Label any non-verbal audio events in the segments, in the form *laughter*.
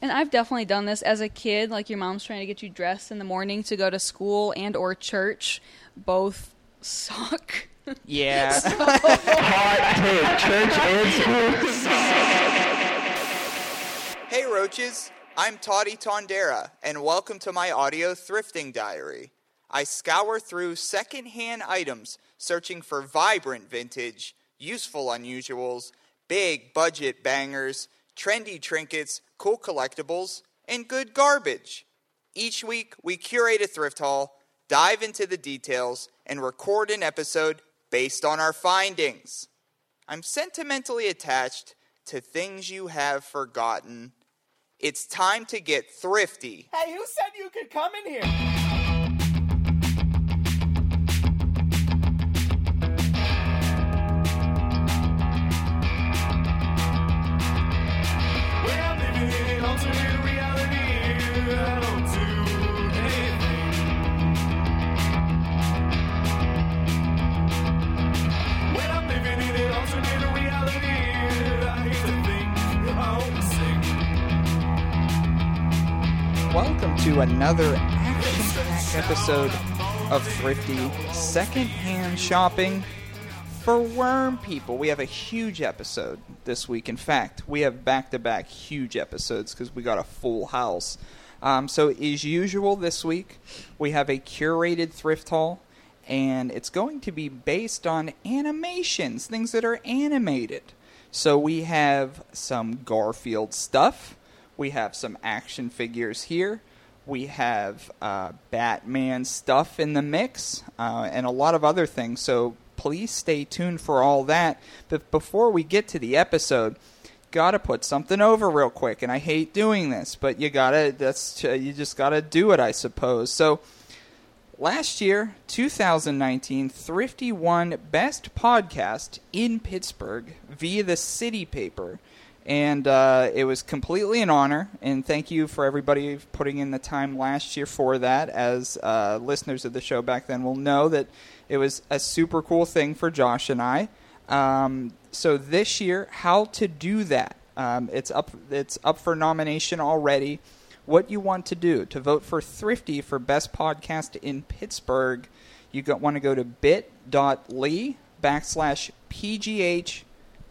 And I've definitely done this as a kid. Like your mom's trying to get you dressed in the morning to go to school and or church. Both *laughs* suck. Yeah. Hey Roaches, I'm Toddy Tondera, and welcome to my audio thrifting diary. I scour through secondhand items, searching for vibrant vintage, useful unusuals, big budget bangers, trendy trinkets, cool collectibles, and good garbage. Each week, we curate a thrift haul, dive into the details, and record an episode based on our findings. I'm sentimentally attached to things you have forgotten. It's time to get thrifty. Hey, who said you could come in here? Welcome to another action-packed episode of Thrifty Secondhand Shopping for Worm People. We have a huge episode this week. In fact, we have back-to-back huge episodes because we got a full house. Um, so, as usual, this week we have a curated thrift haul, and it's going to be based on animations, things that are animated. So we have some Garfield stuff. We have some action figures here. We have uh, Batman stuff in the mix uh, and a lot of other things. So please stay tuned for all that. But before we get to the episode, gotta put something over real quick. And I hate doing this, but you gotta. That's you just gotta do it, I suppose. So. Last year, 2019, Thrifty won Best Podcast in Pittsburgh via the City Paper. And uh, it was completely an honor. And thank you for everybody putting in the time last year for that. As uh, listeners of the show back then will know, that it was a super cool thing for Josh and I. Um, so this year, how to do that? Um, it's up. It's up for nomination already what you want to do to vote for Thrifty for Best Podcast in Pittsburgh, you want to go to bit.ly backslash PGH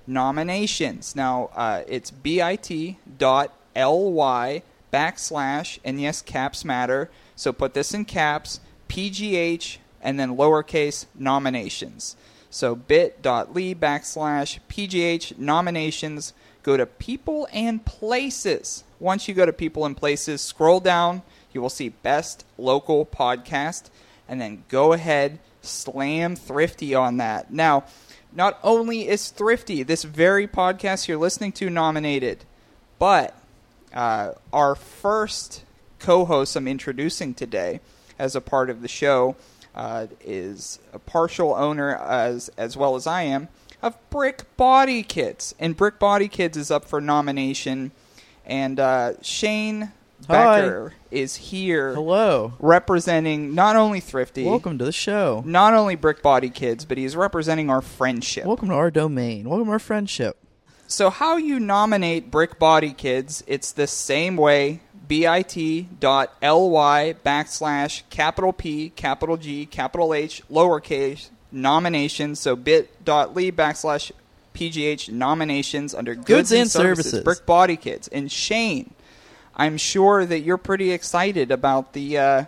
nominations. Now, uh, it's bit.ly backslash, and yes, caps matter. So put this in caps, PGH, and then lowercase nominations. So bit.ly backslash PGH nominations. Go to people and places. Once you go to people and places, scroll down. You will see best local podcast. And then go ahead, slam thrifty on that. Now, not only is thrifty, this very podcast you're listening to, nominated, but uh, our first co host I'm introducing today as a part of the show uh, is a partial owner as as well as I am of Brick Body Kits, and Brick Body Kids is up for nomination, and uh, Shane Hi. Becker is *laughs* here Hello. representing not only Thrifty, Welcome to the show. not only Brick Body Kids, but he is representing our friendship. Welcome to our domain. Welcome to our friendship. So how you nominate Brick Body Kids, it's the same way bit.ly backslash capital P, capital G, capital H, lowercase, nominations. So bit.ly backslash PGH nominations under goods, and services, services. Brick Body Kids. And Shane, I'm sure that you're pretty excited about the uh,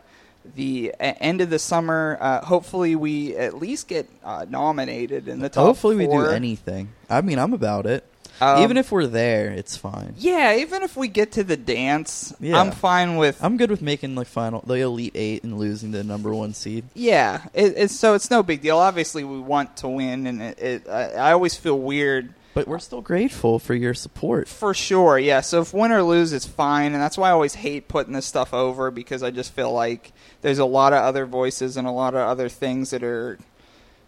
the uh, end of the summer. Uh, hopefully, we at least get uh, nominated in the top Hopefully, we do four. anything. I mean, I'm about it. Um, Even if we're there, it's fine. Yeah, even if we get to the dance, Yeah. I'm fine with. I'm good with making the final, the elite eight, and losing the number one seed. yeah, it, it's so it's no big deal. Obviously, we want to win, and it, it, I, I always feel weird But we're still grateful for your support. *laughs* for sure. Yeah, so if win or lose, it's fine, and that's why I always hate putting this stuff over because I just feel like there's a lot of other voices and a lot of other things that are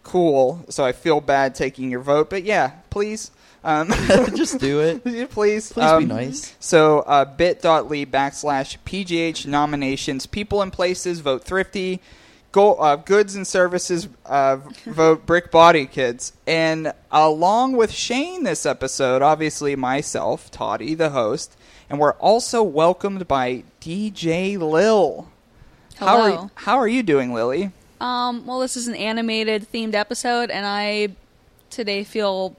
cool. So I feel bad taking your vote, but yeah, please, *laughs* um, *laughs* Just do it. please, um, please be nice. So uh, bit.ly backslash PGH nominations. People and places vote thrifty. Go, uh, goods and services uh, vote brick body kids. And along with Shane this episode, obviously myself, Toddy, the host, and we're also welcomed by DJ Lil. How are Hello. you, how are you doing, Lily? Um, well, this is an animated themed episode, and I today feel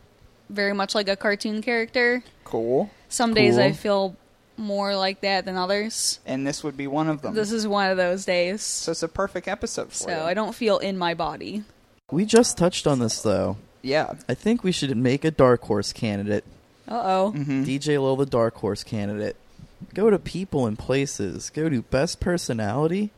very much like a cartoon character. Cool. Some days I Cool. feel more like that than others. And this would be one of them. This is one of those days. so So, it's a perfect episode for you. I don't feel in my body. We just touched on this though. Yeah. I think we should make a dark horse candidate. Uh oh. Mm-hmm. DJ Lil, the dark horse candidate. Go to people and places. Go to best personality.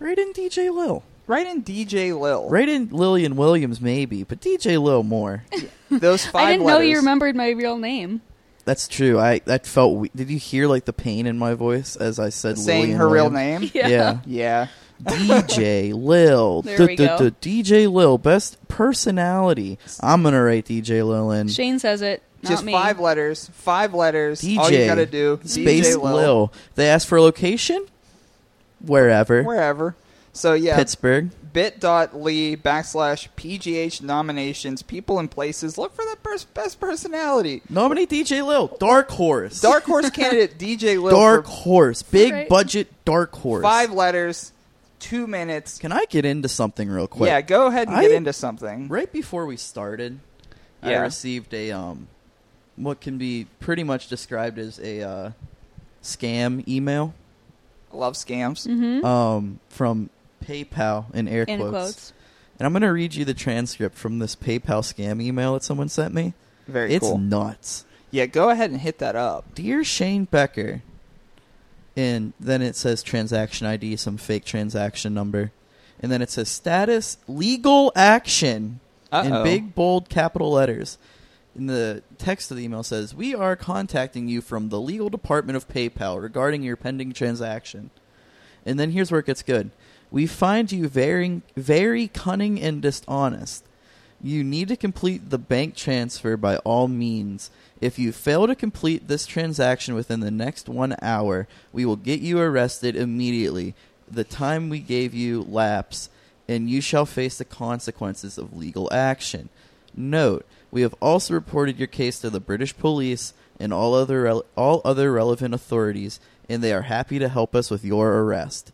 Right in DJ Lil. Right in DJ Lil. Right in Lillian Williams, maybe, but DJ Lil more. Those five I didn't know letters. you remembered my real name. *laughs* That's true. I that felt. We- Did you hear like the pain in my voice as I said saying Lillian her real Williams? name. *laughs* Yeah. Yeah. Yeah. DJ Lil. There Duh, we duh, go. duh, DJ Lil, best personality. I'm gonna write DJ Lil in. Shane says it, not Just me. five letters. Five letters. DJ. All you gotta do. Space DJ Lil. Lil. They asked for a location. Wherever. Wherever. So yeah. Pittsburgh. bit.ly backslash PGH nominations, people and places. Look for the pers- best *laughs* personality. Nominate DJ Lil. Dark horse. Dark horse candidate DJ Lil Dark for horse. Big Right. budget dark horse. five letters, two minutes. Can I get into something real quick? Yeah, go ahead and I- get into something. Right before we started, I Yeah. received a um, what can be pretty much described as a uh, scam email Love scams. Mm-hmm. um from PayPal in air In quotes. quotes. And I'm gonna read you the transcript from this PayPal scam email that someone sent me. Very it's cool. nuts. yeah, go ahead and hit that up. Dear Shane Becker. And then it says transaction ID, some fake transaction number. And then it says status legal action Uh-oh. in big bold capital letters. And the text of the email says, We are contacting you from the legal department of PayPal regarding your pending transaction. And then here's where it gets good. We find you very, very cunning and dishonest. You need to complete the bank transfer by all means. If you fail to complete this transaction within the next one hour, we will get you arrested immediately. The time we gave you lapse, and you shall face the consequences of legal action. Note: We have also reported your case to the British police and all other rel- all other relevant authorities, and they are happy to help us with your arrest.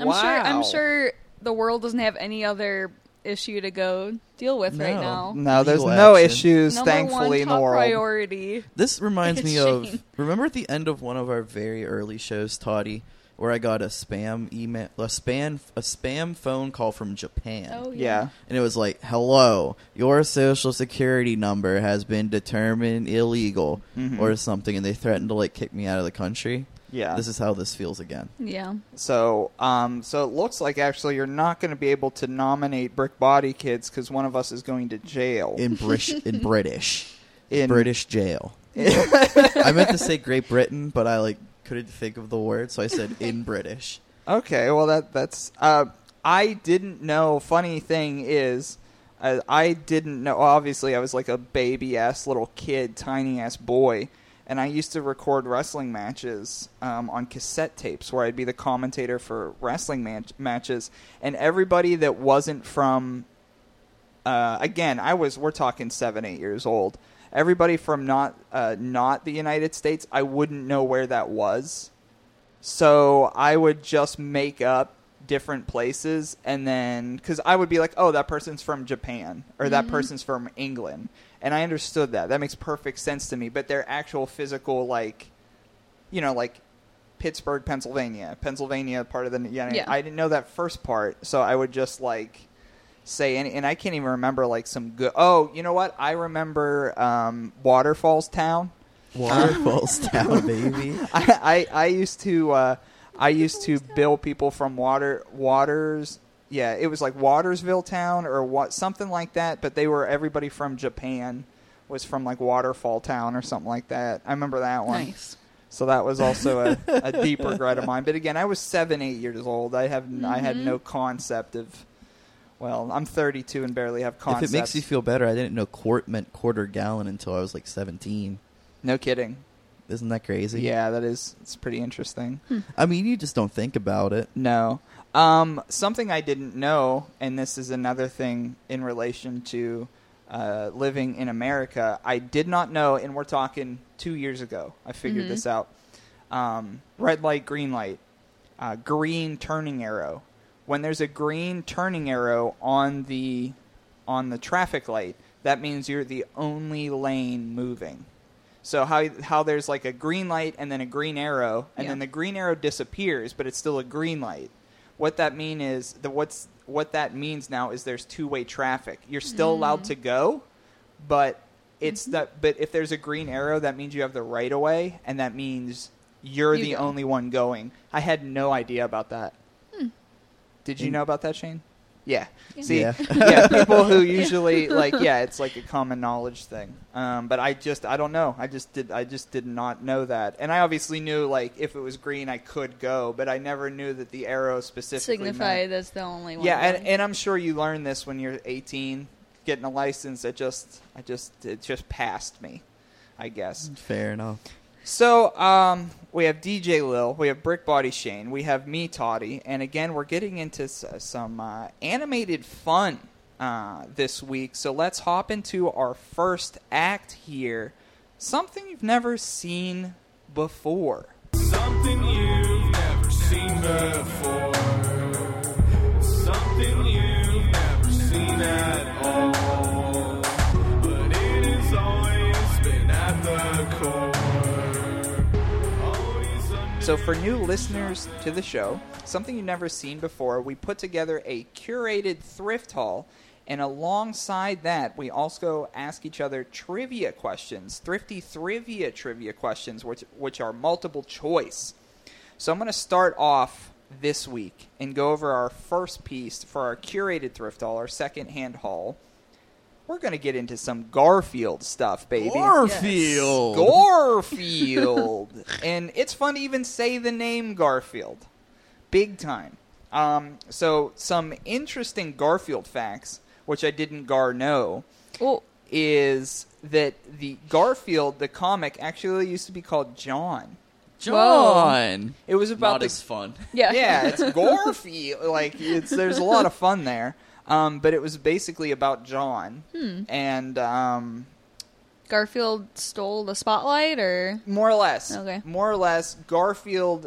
I'm sure. I'm sure the world doesn't have any other issue to go deal with right No. now. No, there's Legal no action. issues, Number thankfully, one in top the world. priority. This reminds me Shame. of remember at the end of one of our very early shows, Toddy, where I got a spam email, a spam, a spam phone call from Japan. Oh Yeah. And it was like, "Hello, your social security number has been determined illegal or something," and they threatened to like kick me out of the country. Yeah. This is how this feels again. Yeah. So, um, so it looks like actually you're not going to be able to nominate Brick Body Kids because one of us is going to jail. in British in *laughs* British In- British jail. *laughs* I meant to say Great Britain, but I like couldn't think of the word, so I said in British. Okay, well that that's uh, I didn't know. Funny thing is, I, I didn't know. Obviously, I was like a baby ass little kid, tiny ass boy, and I used to record wrestling matches um, on cassette tapes, where I'd be the commentator for wrestling match- matches, and everybody that wasn't from uh, again, I was we're talking seven, eight years old. Everybody from not uh, not the United States, I wouldn't know where that was. So I would just make up different places, and then because I would be like, oh, that person's from Japan or that person's from England, and I understood that. That makes perfect sense to me. But their actual physical, like, you know, like Pittsburgh, Pennsylvania, Pennsylvania, part of the United. Yeah. I didn't know that first part, so I would just like say any, and I can't even remember like some good. Oh, you know what? I remember um, Waterfalls Town. Waterfalls down, *laughs* baby. *laughs* I, I, I used to uh, I used to bill people from Water Waters. Yeah, it was like Watersville Town or what something like that. But they were everybody from Japan was from like Waterfall Town or something like that. I remember that one. Nice. So that was also a, a deep regret of mine. But again, I was seven, eight years old. I have I had no concept of. Well, I'm 32 and barely have If concepts. it makes you feel better, I didn't know quart meant quarter gallon until I was like seventeen. no kidding. Isn't that crazy? Yeah, that is. It's pretty interesting. I mean, you just don't think about it. No. Um, something I didn't know, and this is another thing in relation to uh, living in America, I did not know, and we're talking two years ago. I figured this out. Um, red light, green light, uh, green turning arrow. When there's a green turning arrow on the on the traffic light, that means you're the only lane moving. So how how there's like a green light and then a green arrow, and Yeah. then the green arrow disappears, but it's still a green light. What that mean is the what's what that means now is there's two way traffic. You're still allowed to go, but it's Mm-hmm. that. But if there's a green arrow, that means you have the right of way, and that means you're You the go. only one going. I had no idea about that. Did you In- know about that, Shane? Yeah. Hmm. Yeah. See, Yeah. yeah. people *laughs* who usually like, yeah, it's like a common knowledge thing. Um, but I just, I don't know. I just did, I just did not know that. And I obviously knew like if it was green, I could go, but I never knew that the arrow specifically signify meant- that's the only one. Yeah, and, going. and I'm sure you learn this when you're 18, getting a license. It just, I just, it just passed me, I guess. Fair enough. So um, we have DJ Lil, we have Brick Body Shane, we have me Toddy, and again we're getting into s- some uh, animated fun uh, this week. So let's hop into our first act here, something you've never seen before. Something you've never seen before. Something you've never seen at all. But it has always been at the core. Always under So, for new listeners to the show, something you've never seen before, we put together a curated thrift haul. And alongside that, we also ask each other trivia questions, thrifty trivia trivia questions, which, which are multiple choice. So, I'm going to start off this week and go over our first piece for our curated thrift haul, our second hand haul. We're going to get into some Garfield stuff, baby. Garfield. Garfield. and it's fun to even say the name Garfield. Big time. Um, so, some interesting Garfield facts, which I didn't gar know, well, is that the Garfield, the comic, actually used to be called John. John. It was about Not the *laughs* as fun. yeah, *laughs* yeah, it's Garfield. Like it's there's a lot of fun there. Um, but it was basically about John and um, Garfield stole the spotlight, or More or less. Okay. More or less, Garfield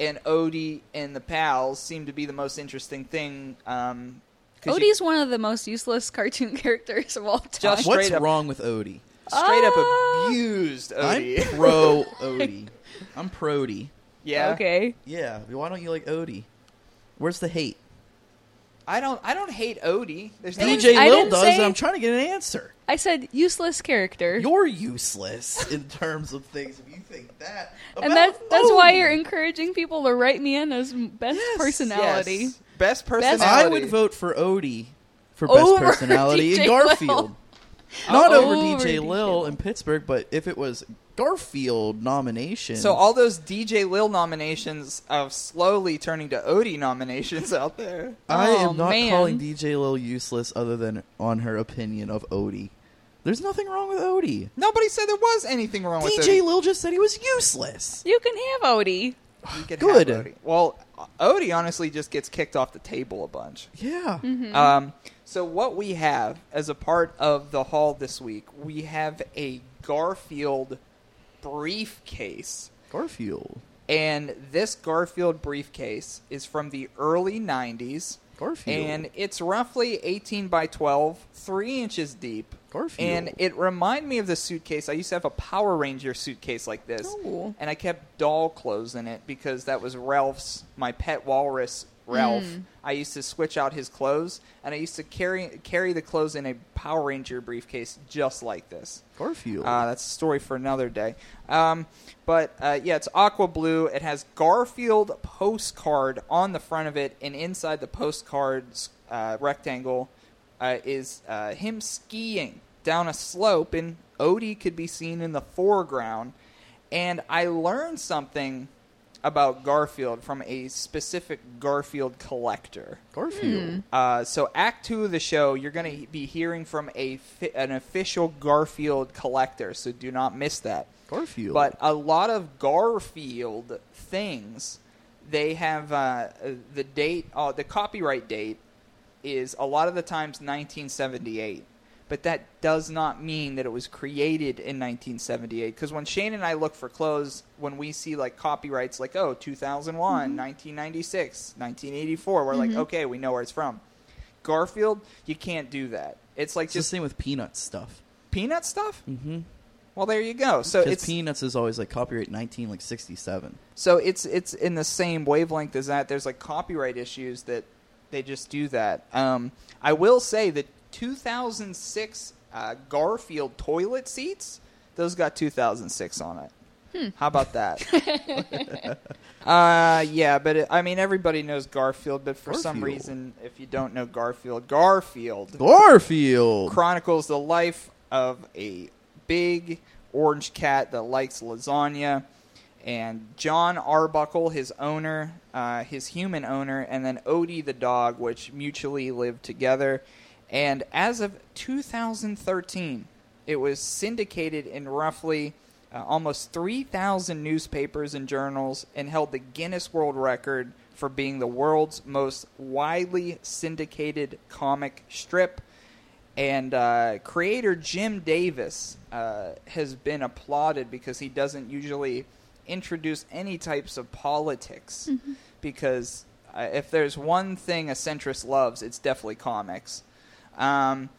and Odie and the pals seem to be the most interesting thing. Um, 'cause you- Odie's one of the most useless cartoon *laughs* characters of all time. Just- What's straight up- wrong with Odie? straight Ah. up abused Odie. *laughs* *laughs* I'm *laughs* pro Odie. I'm Prody. yeah. Okay, Yeah. Why don't you like Odie? Where's the hate? I don't. I don't hate Odie. There's no *laughs* DJ I Lil didn't does, say- and I'm trying to get an answer. I said useless character, *laughs* You're useless in terms of things if you think that. and about *laughs* that's that's Oh. why Odie. you're encouraging people to write me in as best Yes, personality. Yes. Best personality. Best- I would vote for Odie for best Over *laughs* personality DJ in Garfield. Not Over over DJ DJ Lil Lil. in Pittsburgh, but if it was Garfield nomination, So all those DJ Lil nominations of slowly turning to Odie nominations out there. I Oh, am not man. calling DJ Lil useless other than on her opinion of Odie. There's nothing wrong with Odie. Nobody said there was anything wrong with DJ Odie. Lil just said he was useless. You can have Odie. You could have Good. Odie. Well, Odie honestly just gets kicked off the table a bunch. Yeah. Mm-hmm. Um, so what we have as a part of the haul this week, we have a Garfield briefcase, Garfield. and this Garfield briefcase is from the early '90s, Garfield. and it's roughly 18 by 12, three inches deep. Garfield. And it reminded me of the suitcase. I used to have a Power Ranger suitcase like this, Oh. and I kept doll clothes in it because that was Ralph's, my pet walrus, Ralph. Hmm. I used to switch out his clothes, and I used to carry carry the clothes in a Power Ranger briefcase just like this. Garfield. Uh, that's a story for another day. Um, but uh, yeah, it's aqua blue. It has Garfield postcard on the front of it, and inside the postcard's uh, rectangle uh, is uh, him skiing down a slope, and Odie could be seen in the foreground. And I learned something about Garfield from a specific Garfield collector. Garfield. Hmm. Uh, so Act Two of the show, you're going to be hearing from a fi- an official Garfield collector. So do not miss that. Garfield. But a lot of Garfield things, they have uh, the date, uh, the copyright date is a lot of the times 1978. but that does not mean that it was created in 1978 because when Shane and I look for clothes when we see like copyrights like oh 2001 1996 1984 we're like okay we know where it's from Garfield you can't do that it's like It's the just same with peanuts stuff. peanut stuff Mm-hmm. well there you go so Because it's peanuts is always like copyright nineteen like sixty seven. So it's it's in the same wavelength as that. There's like copyright issues that they just do that. Um, I will say that 2006 uh, Garfield toilet seats, those got 2006 on it. How about that? *laughs* uh, yeah, but it, I mean everybody knows Garfield, but for some Garfield. reason, if you don't know Garfield, Garfield Garfield. chronicles the life of a big orange cat that likes lasagna. And John Arbuckle, his owner, uh, his human owner, and then Odie the dog, which mutually lived together. And as of 2013, it was syndicated in roughly uh, almost 3,000 newspapers and journals and held the Guinness World Record for being the world's most widely syndicated comic strip. And uh, creator Jim Davis uh, has been applauded because he doesn't usually introduce any types of politics. Mm-hmm. Because uh, if there's one thing a centrist loves, it's definitely comics. Um,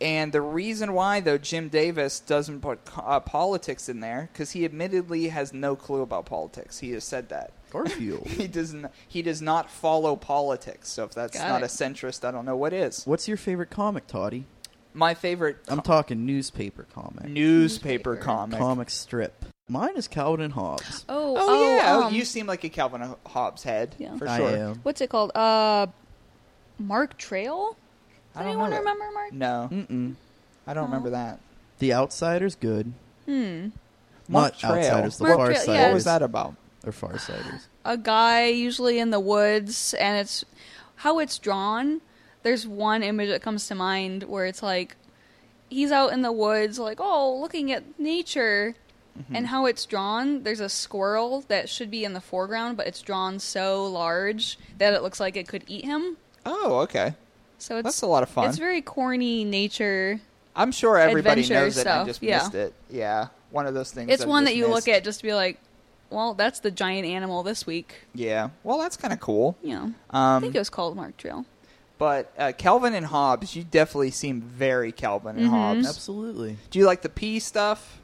and the reason why, though, Jim Davis doesn't put co- uh, politics in there, because he admittedly has no clue about politics. He has said that. Garfield. He does not, he does not follow politics. So if that's Got not it. a centrist, I don't know what is. What's your favorite comic, Toddy? My favorite I'm talking newspaper comic. newspaper comic. comic strip. Mine is Calvin and Hobbes. Oh, Oh, oh, yeah, oh, um, you seem like a Calvin Ho- Hobbes head Yeah. for I sure. am. what's it called? Uh, Mark Trail. I Does don't anyone know that. remember Mark? No, Mm-mm. I don't No. remember that. The Outsider's good. Hmm. Mark Not Trail. Outsiders, the Mark Far Trail, Farsiders. yeah. What was that about? Or Farsiders. a guy usually in the woods and it's how it's drawn there's one image that comes to mind where it's like he's out in the woods like oh looking at nature Mm-hmm. and how it's drawn there's a squirrel that should be in the foreground but it's drawn so large that it looks like it could eat him Oh, okay. so it's That's a lot of fun. it's very corny nature I'm sure everybody adventure knows it. I stuff, just yeah. missed it. Yeah, one of those things. it's I've one just that you missed. look at just to be like well that's the giant animal this week Yeah. Well, that's kind of cool. you know i Um, think it was called mark trail but uh, Calvin and Hobbes, you definitely seem very Calvin and Mm-hmm. Hmm? Hobbes. Absolutely. Do you like the pee stuff?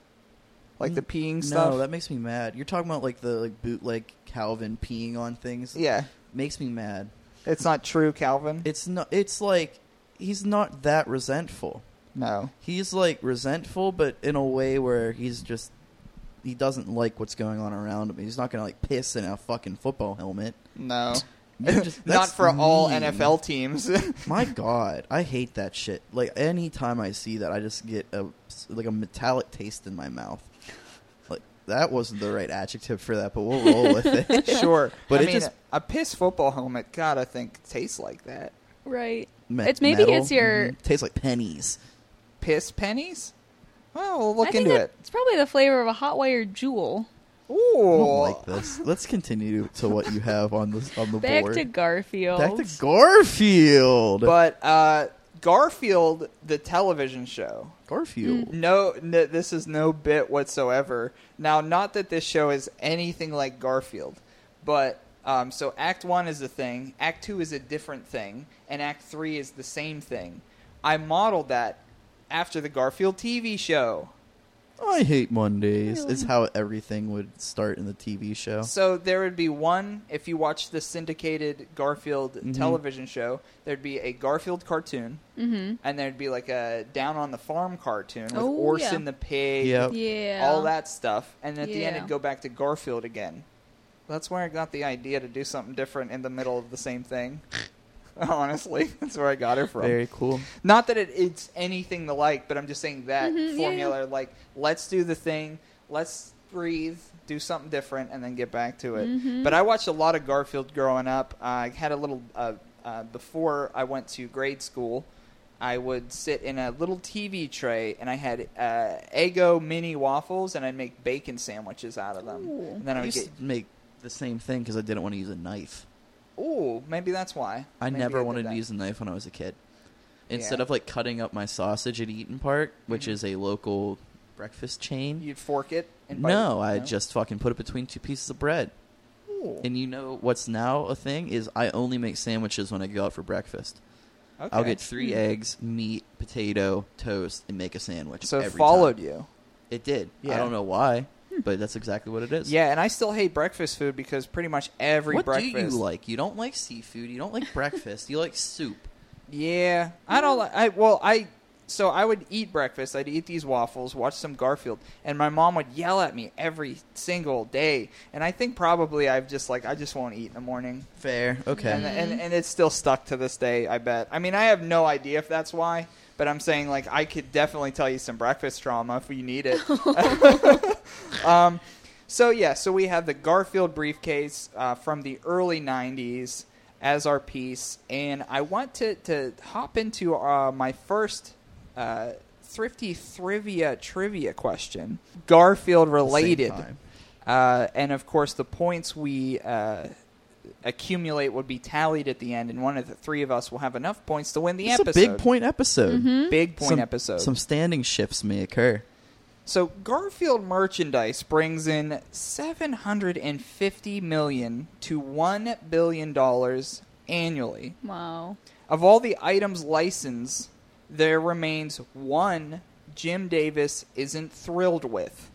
Like the peeing no, stuff? that makes me mad. You're talking about like the like bootleg Calvin peeing on things. yeah. makes me mad. It's not true, Calvin. It's not. It's like he's not that resentful. no. He's like resentful, but in a way where he's just he doesn't like what's going on around him. He's not gonna like piss in a fucking football helmet. No. You're just- *laughs* Not that's for all mean. *laughs* NFL teams. *laughs* My God, I hate that shit. Like any time I see that, I just get a like a metallic taste in my mouth. Like that wasn't the right adjective for that, but we'll roll with it. *laughs* sure. But I it mean, just- a piss football helmet, God, I think tastes like that. right Me- It's- maybe metal? it's your- Mhm. tastes like pennies. Piss pennies? Well, we'll look I think into that it. It's probably the flavor of a hot wire jewel. I Ooh. don't like this. Let's continue to what you have on the on the Back board. to Garfield. Back to Garfield. But uh, Garfield, the television show. Garfield. Mm. No, no, this is no bit whatsoever. Now, not that this show is anything like Garfield, but um, so Act One is a thing, Act Two is a different thing, and Act Three is the same thing. I modeled that after the Garfield TV show. Oh, I hate Mondays. Is how everything would start in the TV show. So there would be one if you watch the syndicated Garfield television show. There'd be a Garfield cartoon, mm-hmm. and there'd be like a Down on the Farm cartoon with Oh, yeah. Orson the pig, Yep. Yeah. all that stuff. And at the Yeah. end, it'd go back to Garfield again. That's where I got the idea to do something different in the middle of the same thing. *laughs* Honestly, that's where I got it from. Very cool. Not that it, it's anything to like, but I'm just saying that Mhm, yeah, formula, like, let's do the thing, let's breathe, do something different, and then get back to it. Mm-hmm. But I watched a lot of Garfield growing up. I had a little, uh, uh, before I went to grade school, I would sit in a little TV tray and I had uh, Eggo mini waffles and I'd make bacon sandwiches out of them. Ooh. And then I I would used get, to make the same thing because I didn't want to use a knife. ooh, maybe that's why. I Maybe never did wanted that. to use a knife when I was a kid. instead Yeah. Mm-hmm. of like cutting up my sausage at Eaton Park, which is a local breakfast chain. You'd fork it and bite no, it? I just fucking put it between two pieces of bread. Ooh. And you know what's now a thing is I only make sandwiches when I go out for breakfast. I'll Okay. Hmm. get three eggs, meat, potato, toast, and make a sandwich. So it every followed time. you. It did. Yeah. Hmm. I don't know why, but that's exactly what it is. Yeah, and I still hate breakfast food because pretty much every What breakfast. do you like? You don't like seafood. You don't like breakfast. You like soup. Yeah, I don't like. I well, I so I would eat breakfast. I'd eat these waffles, watch some Garfield, and my mom would yell at me every single day. And I think probably I've just like I just won't eat in the morning, Fair. Okay. and and, and it's still stuck to this day. I bet. I mean, I have no idea if that's why. But I'm saying, like, I could definitely tell you some breakfast trauma if you need it. *laughs* um, so yeah, so we have the Garfield briefcase uh, from the early '90s as our piece, and I want to to hop into uh, my first uh, thrifty trivia trivia question, Garfield related, time. uh, and of course the points we. Uh, accumulate would be tallied at the end and one of the three of us will have enough points to win the it's episode a big point episode. big point some, episode Some standing shifts may occur. So Garfield merchandise brings in 750 million to 1 billion dollars annually. Wow. Of all the items licensed, there remains one Jim Davis isn't thrilled with.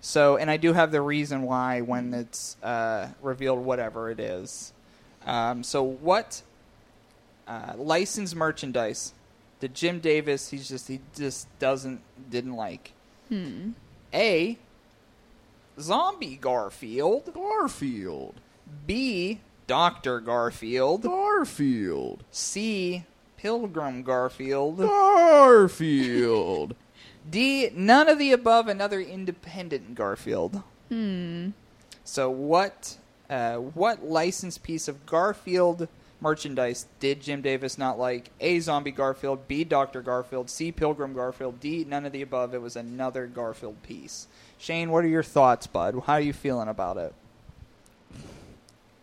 So, and I do have the reason why when it's uh, revealed, whatever it is. Um, so, what uh, licensed merchandise did Jim Davis? He's just he just doesn't didn't like. A. Zombie Garfield. Garfield. B. Doctor Garfield. Garfield. C. Pilgrim Garfield. Garfield. D. None of the above. Another independent Garfield. Hmm. So what? Uh, what licensed piece of Garfield merchandise did Jim Davis not like? A. Zombie Garfield. B. Doctor Garfield. C. Pilgrim Garfield. D. None of the above. It was another Garfield piece. Shane, what are your thoughts, bud? How are you feeling about it? *laughs*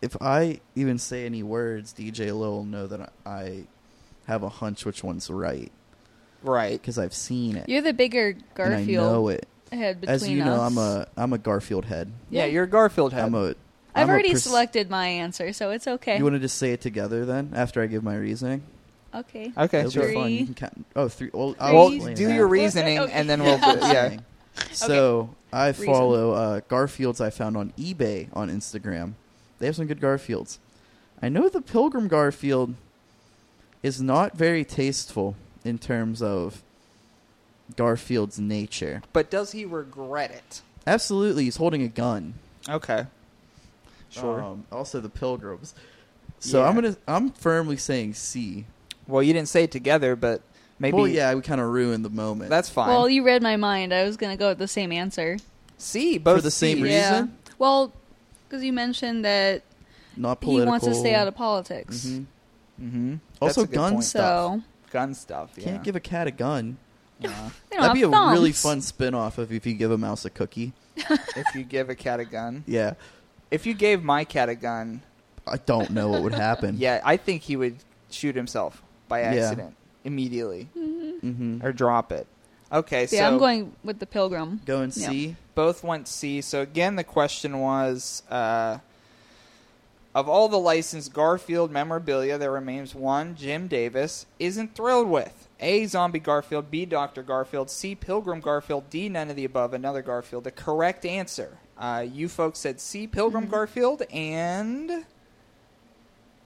if I even say any words, DJ Lil will know that I have a hunch which one's right Right. because I've seen it You're the bigger and I know Garfield it. head between As you know, us. I'm a I'm a Garfield head. Yeah, Yeah. you're a Garfield head. I'm a. I've I'm a already pers- selected my answer, so it's okay. You want to just say it together then after I give my reasoning? okay. okay. It'll sure. be fun. You Three. can count. Oh, three. Well, I'll Well, Three. explain do that. your reasoning, Okay. and then we'll. Yeah. Reasoning. So I Reason. follow uh, Garfields I found on eBay on Instagram. They have some good Garfields. I know the Pilgrim Garfield is not very tasteful in terms of Garfield's nature. But does he regret it? Absolutely, he's holding a gun. Okay. Sure. Um, also, the Pilgrims. So Yeah. I'm gonna. I'm firmly saying C. well, you didn't say it together, but maybe. Well, yeah, we kind of ruined the moment. That's fine. Well, you read my mind. I was gonna go with the same answer. C, both For the same Cs. reason? Yeah. Well, because you mentioned that not political. he wants to stay out of politics, Mhm. Mhm. Also That's a good gun point. stuff. so Gun stuff. Yeah. Can't give a cat a gun. *laughs* Nah. they don't That'd be a have thumbs. really fun spin-off of if you give a mouse a cookie. if you give a cat a gun, Yeah. if you gave my cat a gun, I don't know what would happen. *laughs* yeah, I think he would shoot himself by Yeah. accident immediately Mm-hmm. or drop it. Okay. Yeah, so Hmm. I'm going with the pilgrim. Go and Yeah. see. both went C. So again, the question was, uh, of all the licensed Garfield memorabilia, there remains one Jim Davis isn't thrilled with. A. Zombie Garfield. B. Doctor Garfield. C. Pilgrim Garfield. D. None of the above. Another Garfield. The correct answer. Uh, you folks said C. Pilgrim Garfield, and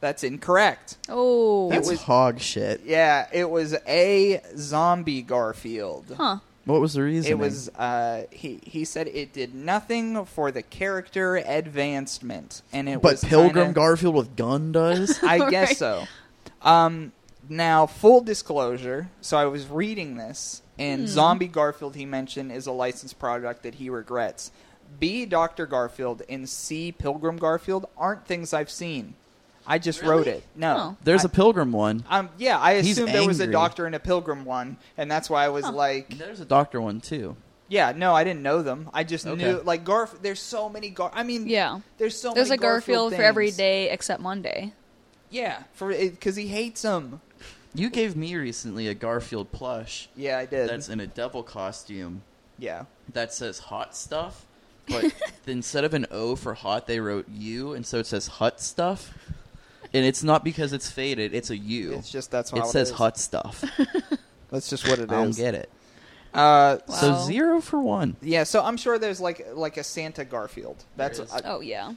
that's incorrect. Oh, That's was- hog shit. Yeah, it was A. Zombie Garfield. huh? What was the reason? It was uh, he. He said it did nothing for the character advancement, and it But was Pilgrim kinda- Garfield with gun does. *laughs* I guess Right. so. Um, now, full disclosure. So I was reading this, Hmm. and Zombie Garfield he mentioned is a licensed product that he regrets. B. Doctor Garfield and C. Pilgrim Garfield aren't things I've seen. I just wrote it. No, Oh. There's a. a Pilgrim one. Um, yeah, I He's assumed there was a angry. doctor and a pilgrim one, and that's why I was like, There's a doctor one too. yeah, no, I didn't know them. I just Okay. knew like Garf. There's so many Gar. I mean, Yeah. there's so There's a many Garfield for every things. day except Monday. Yeah, for because he hates them. You gave me recently a Garfield plush Yeah, I did. that's in a devil costume yeah. that says hot *laughs* stuff, but instead of an O for hot, they wrote U, and so it says hot stuff. And it's not because it's faded; it's a U. It's just that's it how says is. hot *laughs* stuff. That's just what I it don't is. get it. Uh, So Wow. zero for one. yeah, so I'm sure there's like like a Santa Garfield. That's There is. I- Oh yeah.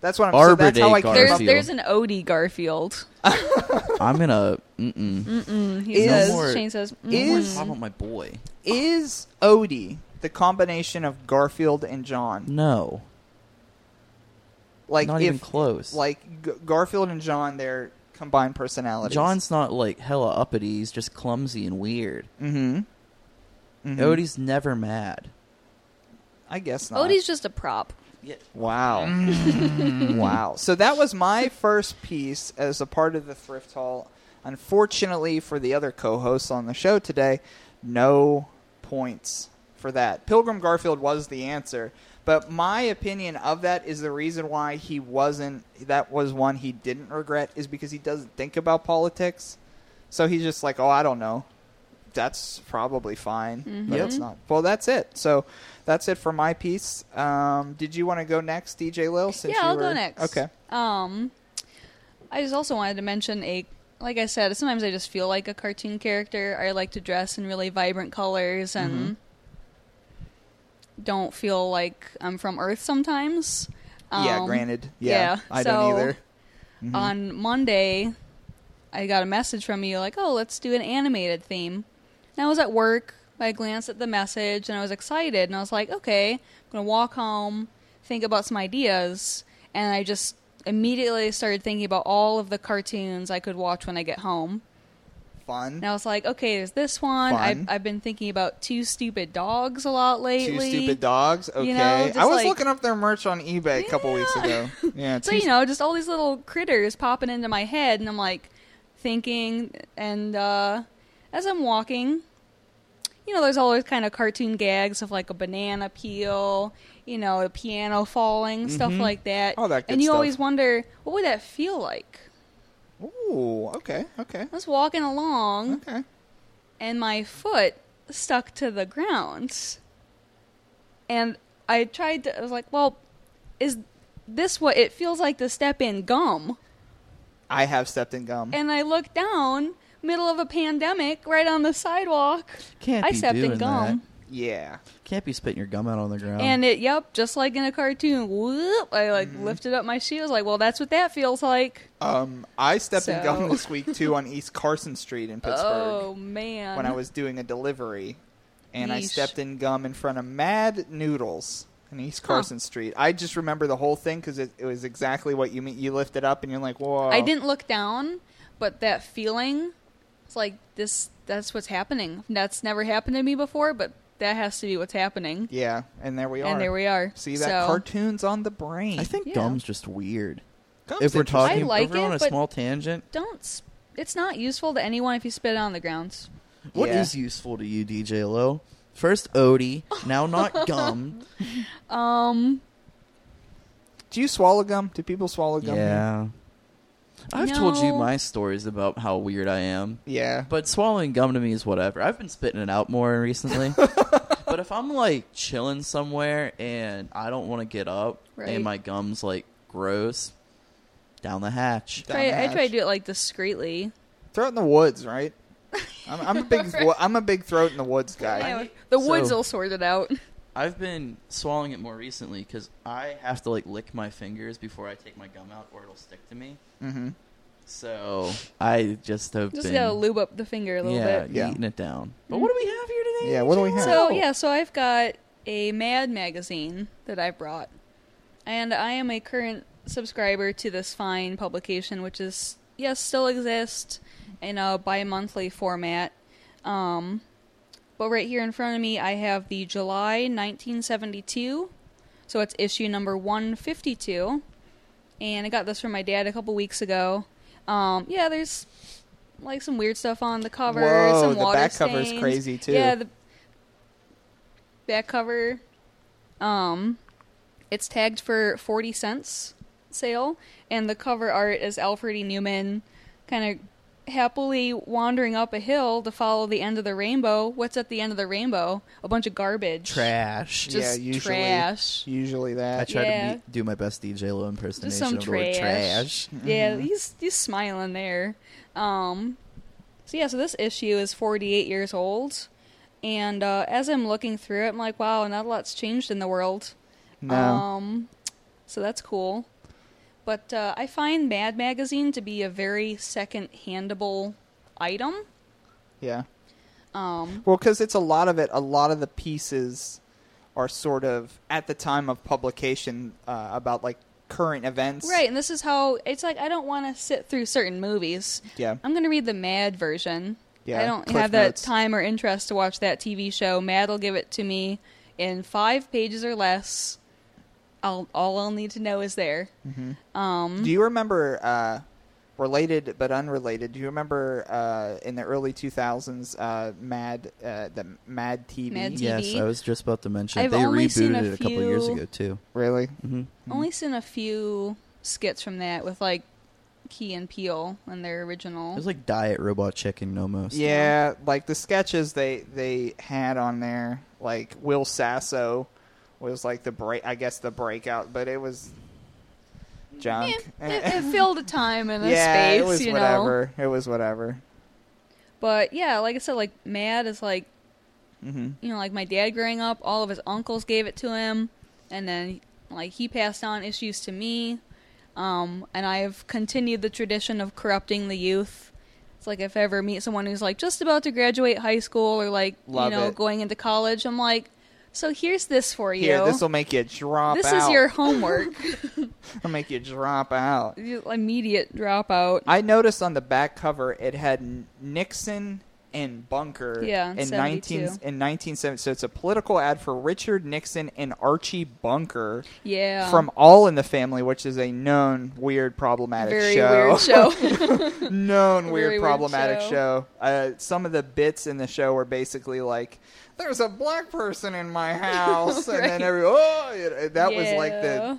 that's what I'm. Arbor so that's Day how I came There's up- Garfield. there's an Odie Garfield. I'm gonna. Mm-mm. Mm, he Is- says. No more- Shane says. mm, *laughs* is- How about my boy? Is Odie the combination of Garfield and John? No, Like not if even close. like G- Garfield and John, their combined personalities. John's not like hella uppity. He's just clumsy and weird. Mm-hmm. hmm Odie's never mad. I guess not. Odie's just a prop. Wow. wow. So that was my first piece as a part of the thrift haul. Unfortunately for the other co hosts on the show today, no points for that. Pilgrim Garfield was the answer. But my opinion of that is the reason why he wasn't, that was one he didn't regret, is because he doesn't think about politics. So he's just like, oh, I don't know. That's probably fine, Mm-hmm. but it's not. Well, that's it. So that's it for my piece. Um, did you want to go next, DJ Lil? Since yeah, you I'll go were- next. Okay. Um, I just also wanted to mention a. Like I said, sometimes I just feel like a cartoon character. I like to dress in really vibrant colors and Mm-hmm. don't feel like I'm from Earth sometimes. yeah, Um, granted. Yeah, yeah, I so- don't either. Mm. on Monday, I got a message from you like, "Oh, let's do an animated theme." And I was at work. I glanced at the message and I was excited, and I was like, "Okay, I'm gonna walk home, think about some ideas." And I just immediately started thinking about all of the cartoons I could watch when I get home. Fun. And I was like, "Okay, there's this one. Fun. I've, I've been thinking about Two Stupid Dogs a lot Two lately. stupid dogs. Okay. know, just I was like- looking up their merch on eBay a couple weeks *laughs* ago. Yeah. So two- you know, just all these little critters popping into my head, and I'm like thinking, and uh, as I'm walking, you know, there's always kind of cartoon gags of like a banana peel, you know, a piano falling, stuff like that. Mm-hmm. All that good and you stuff. always wonder, what would that feel like? Ooh. Okay. Okay. I was walking along, Okay. and my foot stuck to the ground. And I tried to, I was like, well, is this what it feels like to step in gum? I have stepped in gum. and I looked down, middle of a pandemic, right on the sidewalk. Can't I be stepped doing in gum, yeah. that. Can't be spitting your gum out on the ground. and it, yep, just like in a cartoon. Whoop! I like Mm-hmm. lifted up my shoes, like, well, that's what that feels like. Um, I stepped in gum So- this week too on East Carson Street *laughs* in Pittsburgh. Oh man! when I was doing a delivery, and I Yeesh. stepped in gum in front of Mad Noodles in East Carson Street. I just remember the whole thing because it, it was exactly what you mean. You lift it up, and you're like, "Whoa!" I didn't look down, but that feeling, it's like this. That's what's happening. That's never happened to me before, but that has to be what's happening. Yeah, and there we are. And there we are. See that So- cartoons on the brain. I think Yeah. gum's just weird. Gum's if we're interesting. talking, I like if we're on it, a but- small tangent, Don't. sp- It's not useful to anyone if you spit it on the ground. what is Yeah. useful to you, DJ Lo? First Odie, now not gum. Um. Do you swallow gum? Do people swallow gum? yeah, I've told you No. my stories about how weird I am, Yeah. but swallowing gum to me is whatever. I've been spitting it out *laughs* more recently. but if I'm like chilling somewhere and I don't want to get up, Right. and my gums like gross, down the hatch. Down Try, the I try hatch. to do it like discreetly. Throw it in the woods, right? *laughs* I'm, I'm a big wo- I'm a big throat in the woods guy. Anyway, the woods So- will sort it out. I've been swallowing it more recently because I have to like lick my fingers before I take my gum out, or it'll stick to me. Mm-hmm. So I just have Just been gotta lube up the finger a little yeah, bit. Yeah. eating it down. But what do we have here today? Yeah, what do we Angela? have? So yeah, so I've got a Mad magazine that I've brought, and I am a current subscriber to this fine publication, which is yes still exists in a bi-monthly format. Um, but right here in front of me, I have the July 1972, so it's issue number 152, and I got this from my dad a couple weeks ago. Um, yeah, there's like some weird stuff on the cover. Whoa, some the water back cover's stains. crazy, too. Yeah, the back cover. Um, it's tagged for 40 cents sale, and the cover art is Alfred E. Newman, kind of happily wandering up a hill to follow the end of the rainbow. What's at the end of the rainbow? A bunch of garbage. Trash. Just yeah, usually, trash. usually I that. tried Yeah. to be, do my best DJ Lo impersonation Just some of the word trash. trash. Yeah, he's he's smiling there. Um, so yeah, so this issue is 48 years old, and uh, as I'm looking through it, I'm like, wow, not a lot's changed in the world. No. Um, so that's cool. But uh, I find Mad Magazine to be a very second-handable item. yeah. Um, Well, because it's a lot of it. A lot of the pieces are sort of at the time of publication uh, about like current events. right, and this is how it's like. I don't want to sit through certain movies. Yeah. I'm gonna read the Mad version. Yeah, I don't Cliff have Notes. that time or interest to watch that TV show. Mad'll give it to me in five pages or less. I'll all I'll need to know is there. Mm-hmm. Do you remember? Uh, Related but unrelated. Do you remember uh, in the early 2000s, uh, Mad uh, the Mad TV? Mad TV. Yes, I was just about to mention I've they only rebooted seen a it a couple years few- ago too. Really? Mm-hmm. Only seen a few skits from that with like Key and Peele in their original. It was like Diet Robot Chicken almost. Yeah, like the sketches they they had on there, like Will Sasso was like the break, I guess the breakout, but it was junk. Eh, it, it filled a time and a *laughs* yeah, space, it was you know. whatever. It was whatever. But yeah, like I said, like Mad is like hmm you know, like my dad growing up, all of his uncles gave it to him, and then like he passed on issues to me. Um, and I've continued the tradition of corrupting the youth. It's like if I ever meet someone who's like just about to graduate high school or like Love you know it. going into college, I'm like, so here's this for you. Here, this will make you drop. This out. is your homework. *laughs* *laughs* It'll make you drop out. Immediate dropout. I noticed on the back cover it had N- Nixon and Bunker Yeah, in 72. 19 in 1970. So it's a political ad for Richard Nixon and Archie Bunker. yeah, from All in the Family, which is a known weird problematic very show. *laughs* weird show. known Very weird weird problematic show. show. Uh, some of the bits in the show were basically like, "There's a black person *laughs* in my house," and Right. then every oh, you know, that was like Yeah. the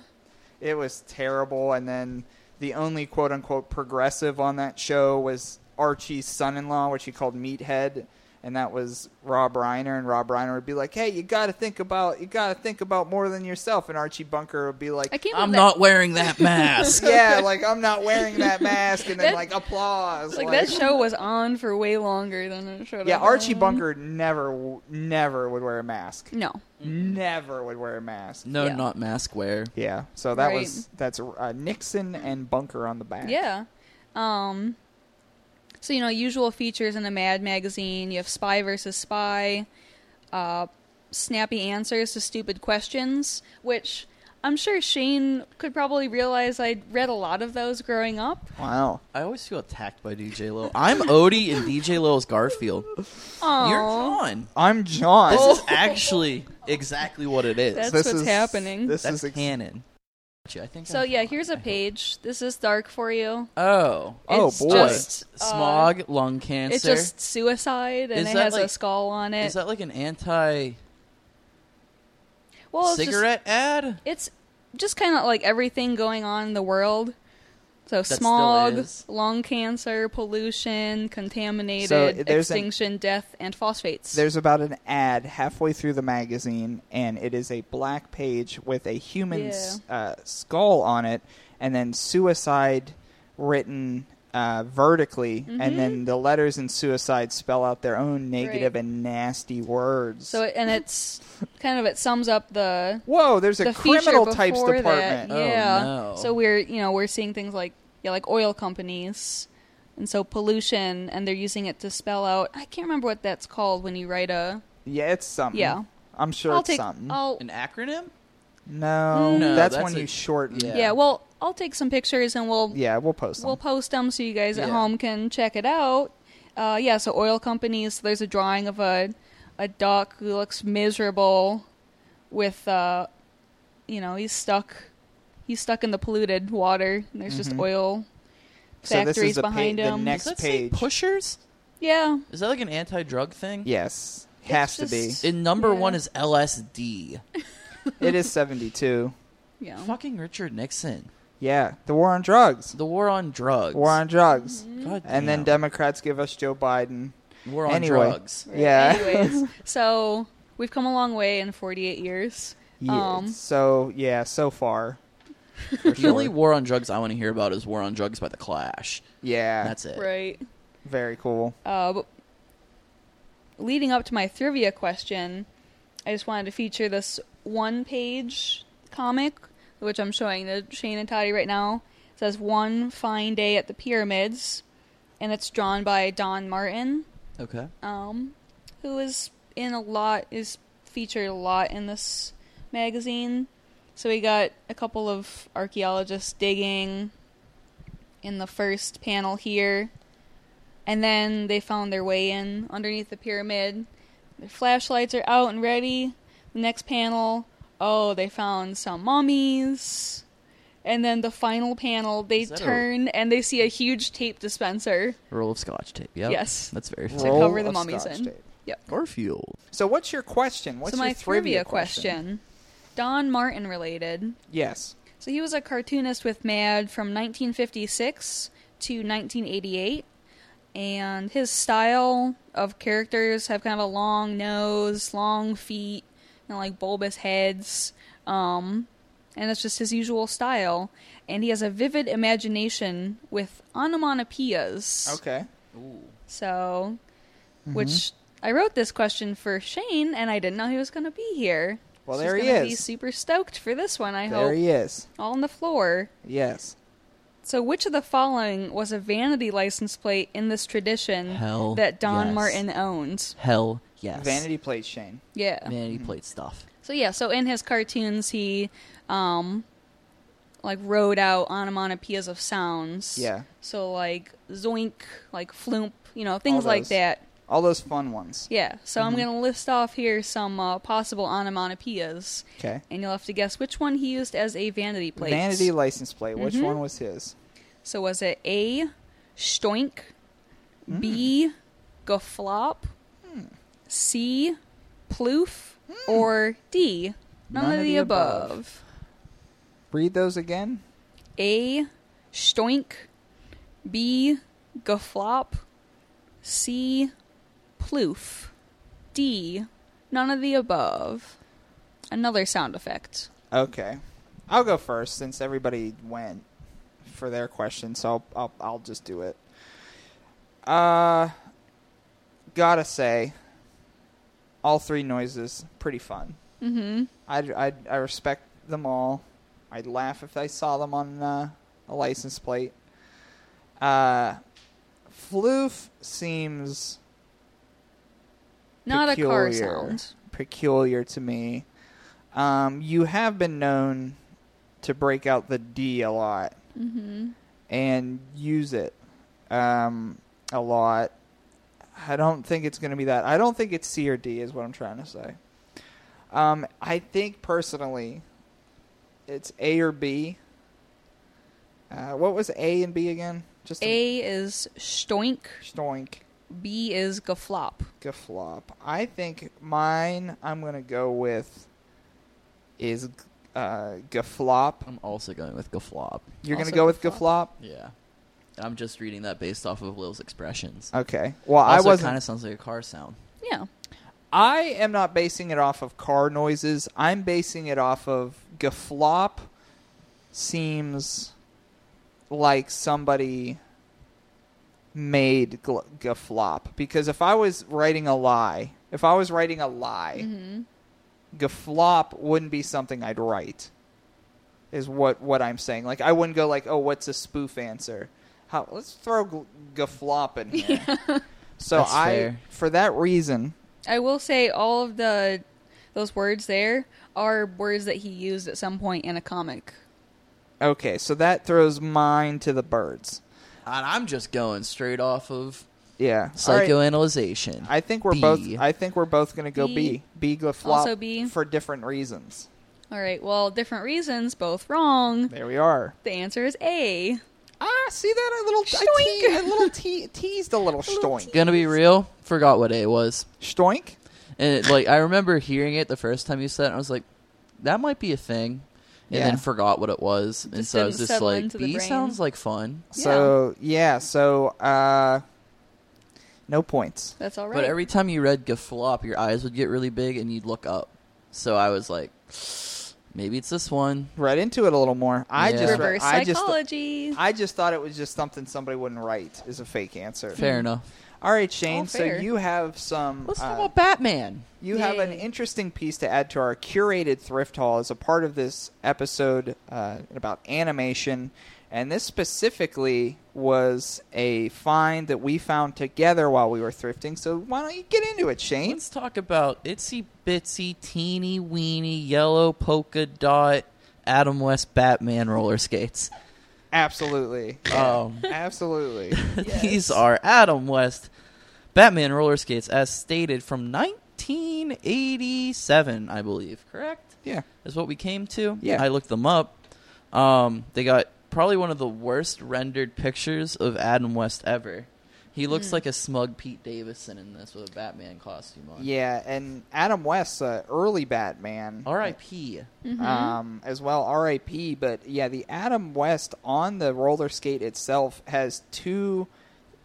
it was terrible. And then the only quote unquote progressive on that show was Archie's son-in-law, which he called Meathead. And that was Rob Reiner, and Rob Reiner would be like, "Hey, you got to think about you got to think about more than yourself." And Archie Bunker would be like, I can't. I'm believe that- not *laughs* wearing that mask. yeah, like I'm not wearing that mask, and then That- like applause. Like, that show was on for way longer than it should. yeah, have Archie been. Bunker never, w- never would wear a mask. No, Never would wear a mask. No, Yeah. not mask wear. Yeah, so that Right. was that's uh, Nixon and Bunker on the back. Yeah. Um, so you know, usual features in a Mad magazine. You have spy versus spy, uh, snappy answers to stupid questions, which I'm sure Shane could probably realize I read a lot of those growing up. Wow. I always feel attacked by DJ Lo. I'm Odie and DJ Lo is Garfield. Oh, You're John. I'm John. This is actually exactly what it is. That's This what's is- happening. This That's is ex- canon. Gotcha, I think so I'm yeah, fine. here's I a hope- page. This is dark for you. Oh, Oh, it's boy. Just, uh, smog, lung cancer. it's just suicide, and Is it that has a like- skull on it. is that like an anti well, it's just- cigarette ad? it's just kind of like everything going on in the world. So still smog, is. lung cancer, pollution, contaminated, So, there's an- extinction, death, and phosphates. There's about an ad halfway through the magazine, and it is a black page with a human's uh, skull on it, and then suicide written uh, vertically, and then the letters in suicide spell out their own Mm-hmm. negative Right. and nasty words. so it- and *laughs* it's kind of it sums up the Whoa, there's a the feature criminal types before department. That. Oh, Yeah. no. So we're you know we're seeing things like yeah like oil companies, and so pollution, and they're using it to spell out. I can't remember what that's called when you write a. Yeah, it's something. Yeah. I'm sure will it's take. Mm. something. I'll An acronym? no, No, that's, that's when a- you shorten. yeah. yeah. Well, I'll take some pictures and we'll Yeah, we'll post them. We'll post them so you guys at Yeah. home can check it out. Uh, yeah, so oil companies. There's a drawing of a a duck who looks miserable, with uh, you know, he's stuck. He's stuck in the polluted water. And there's just oil Mm-hmm. so factories this is the, pa- behind the him. Does next that page. say pushers? yeah, Is that like an anti-drug thing? Yes, has to be. just- And number Yeah. one is LSD. It is 72. *laughs* yeah. Fucking Richard Nixon. Yeah, the war on drugs. The war on drugs. War on drugs. God And then damn. Democrats give us Joe Biden. war on anyway. drugs. *laughs* Yeah. Anyways, so we've come a long way in 48 years. Um, so yeah, *laughs* so far. For The only sure. war on drugs I want to hear about is war on drugs by the Clash. Yeah, That's it. Right. very cool. Uh, but leading up to my trivia question, I just wanted to feature this one page comic, which I'm showing to Shane and Toddy right now. It says One Fine Day at the Pyramids, and it's drawn by Don Martin, Okay. um, who is in a lot, is featured a lot in this magazine. So we got a couple of archaeologists digging in the first panel here. And then they found their way in underneath the pyramid. Their flashlights are out and ready. The next panel, oh, they found some mummies. And then the final panel, they Is that a- turn and they see a huge tape dispenser. Roll of scotch tape. Yep. Yes. That's very To funny. Roll cover the of mummies scotch in. tape. Or fuel. So what's your question? What's so your my trivia question, Don Martin related. Yes. So he was a cartoonist with Mad from 1956 to 1988, and his style of characters have kind of a long nose, long feet, and like bulbous heads. Um, and it's just his usual style. And he has a vivid imagination with onomatopoeias. Okay. Mm-hmm. So, which I wrote this question for Shane, and I didn't know he was going to be here. Well, So there he's he gonna Be is. super stoked for this one. I There hope he is. all on the floor. Yes. So, which of the following was a vanity license plate in this tradition Hell Mm-hmm. that Don yes. Martin owned? Hell yes. Vanity Mm-hmm. plate, Shane. Yeah. Vanity plate stuff. So yeah, so in his cartoons, he, um, like wrote out onomatopoeias of sounds. Yeah. So like zoink, like floomp, you know, things like those. that. All those fun ones. Yeah, so Mm-hmm. I'm going to list off here some uh, possible onomatopoeias, Okay. and you'll have to guess which one he used as a vanity plate. Vanity license plate. Which one was his? So was it A, stoink, Hmm. B, goflop, Hmm. C, ploof, or D, Hmm. none, of, the above. Read those again. A, stoink, B, goflop, C, ploof, D, none of the above. Another sound effect. Okay. I'll go first since everybody went for their question, so I'll I'll, I'll just do it. Uh gotta say all three noises pretty fun. Mm-hmm. Mhm. I I I respect them all. I'd laugh if I saw them on uh, a license plate. Uh floof seems Not a car peculiar- sound. Peculiar to me. Um, you have been known to break out the D a lot and use it um, a lot. I don't think it's going to be that. I don't think it's C or D, is what I'm trying to say. Um, I think personally, it's A or B. Uh, what was A and B again? Just a A is stoink, stoink. B is gaflop. Gaflop. I think mine. I'm gonna go with is uh, Gaflop. I'm also going with Gaflop. You're Also gonna go with Gaflop. Gaflop. Yeah. I'm just reading that based off of Lil's expressions. Okay. Well, I also, wasn't. kind of sounds like a car sound. Yeah. I am not basing it off of car noises. I'm basing it off of Gaflop. Seems like somebody made gl- Gaflop because if I was writing a lie, if I was writing a lie, Gaflop wouldn't be something I'd write. Is what what I'm saying. Like I wouldn't go like, oh, what's a spoof answer? How let's throw gl- Gaflop in here. So That's I fair. for that reason. I will say all of the those words there are words that he used at some point in a comic. Okay, so that throws mine to the birds. And I'm just going straight off of Yeah. All right. psychoanalyzation. I think we're B. both. I think we're both going to go B. B flop Also B. for different reasons. All right, well, different reasons, both wrong. There we are. The answer is A. Ah, see that a little I, te- Stoink. I little te- teased *laughs* a little stoink. Gonna be real, forgot what A was. Stoink. And it, like I remember hearing it the first time you said it, and I was like, that might be a thing. and Yeah. then forgot what it was. and Just so I was didn't just settle like, into the B brain. sounds like fun. So yeah, so uh, no points. That's all right. But every time you read Gaflop, your eyes would get really big and you'd look up. So I was like, maybe it's this one. Right into it a little more. I Yeah. just reverse I just psychology. I just thought it was just something somebody wouldn't write is a fake answer. Fair enough. All right, Shane. All so fair. you have some. Let's Hmm. uh, talk about Batman. You have an Yay. interesting piece to add to our curated thrift haul as a part of this episode uh, about animation. And this specifically was a find that we found together while we were thrifting. So why don't you get into it, Shane? Let's talk about itsy bitsy teeny weeny yellow polka dot Adam West Batman roller skates. Absolutely. Um, *laughs* *laughs* Absolutely. These are Adam West Batman roller skates as stated from 1987, I believe, correct? Yeah. Is what we came to. Yeah. I looked them up. Um, they got probably one of the worst rendered pictures of Adam West ever. He Hmm. looks like a smug Pete Davidson in this with a Batman costume on. Yeah. And Adam West, uh, early Batman. R.I.P. um, as well. RIP, but yeah, the Adam West on the roller skate itself has two,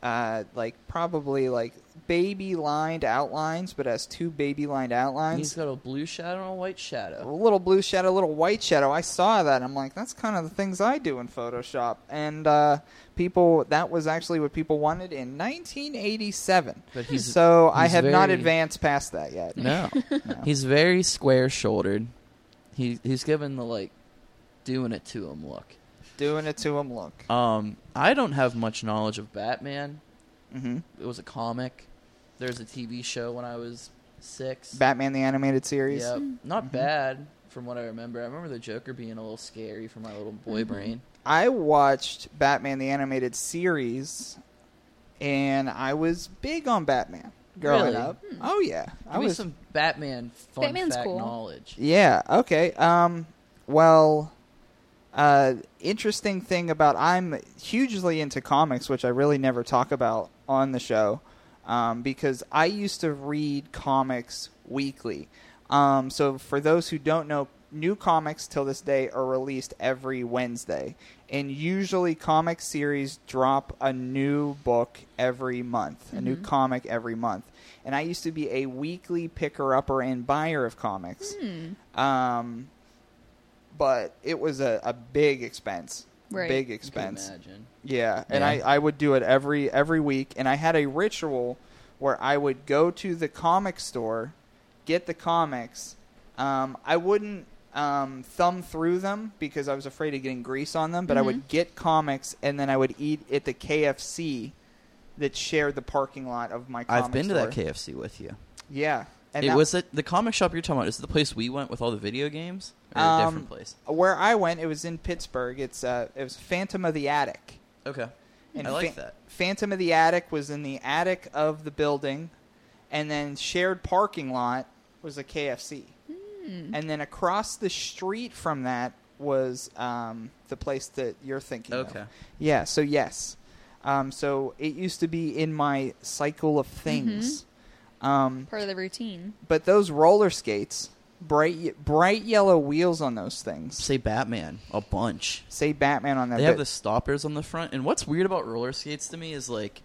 uh, like probably like baby lined outlines, but has two baby lined He's outlines. got a blue shadow and a white A shadow. little blue shadow, a little white shadow. I saw that. I'm like, that's kind of the things I do in Photoshop. And uh, people, that was actually what people wanted in 1987. But he's- so I he's have not very- advanced past that yet. No. He's very square shouldered. He he's given the like doing it to him look. Doing it to him. Look, Um I don't have much knowledge of Batman. hmm It was a comic. There's a TV show when I was 6. Batman the animated series. Yep. Not bad from what I remember. I remember the Joker being a little scary for my little boy Mm-hmm. brain. I watched Batman the animated series, and I was big on Batman growing Really? Hmm. up. Oh yeah, I Give me was. some Batman fun Batman's fact cool. knowledge. Yeah. Okay. Um. Well. Uh, interesting thing about I'm hugely into comics, which I really never talk about on the show, um, because I used to read comics weekly. Um, so for those who don't know, new comics till this day are released every Wednesday, and usually comic series drop a new book every month, a new comic every month. And I used to be a weekly picker upper and buyer of comics. Um, but it was a, a big expense. Right. Big You can expense. Imagine. Yeah, and Yeah. I, I would do it every every week, and I had a ritual where I would go to the comic store, get the comics. Um, I wouldn't um, thumb through them because I was afraid of getting grease on them, but I would get comics, and then I would eat at the KFC that shared the parking lot of my. Comic I've been to store. that KFC with you. Yeah, and it that- was at the comic shop you're talking about. Is it the place we went with all the video games? Or a Um, different place? where I went. It was in Pittsburgh. It's uh, it was Phantom of the Attic. Okay. And I like Phan- that. Phantom of the Attic was in the attic of the building, and then shared parking lot was a KFC, and then across the street from that was um, the place that you're thinking of. Okay. Yeah. So yes, um, so it used to be in my cycle of things, um, *laughs* Part of the routine. but those roller skates, bright ye- bright yellow wheels on those things. Say Batman a bunch. Say Batman on them. They have but- the stoppers on the front. And what's weird about roller skates to me is like,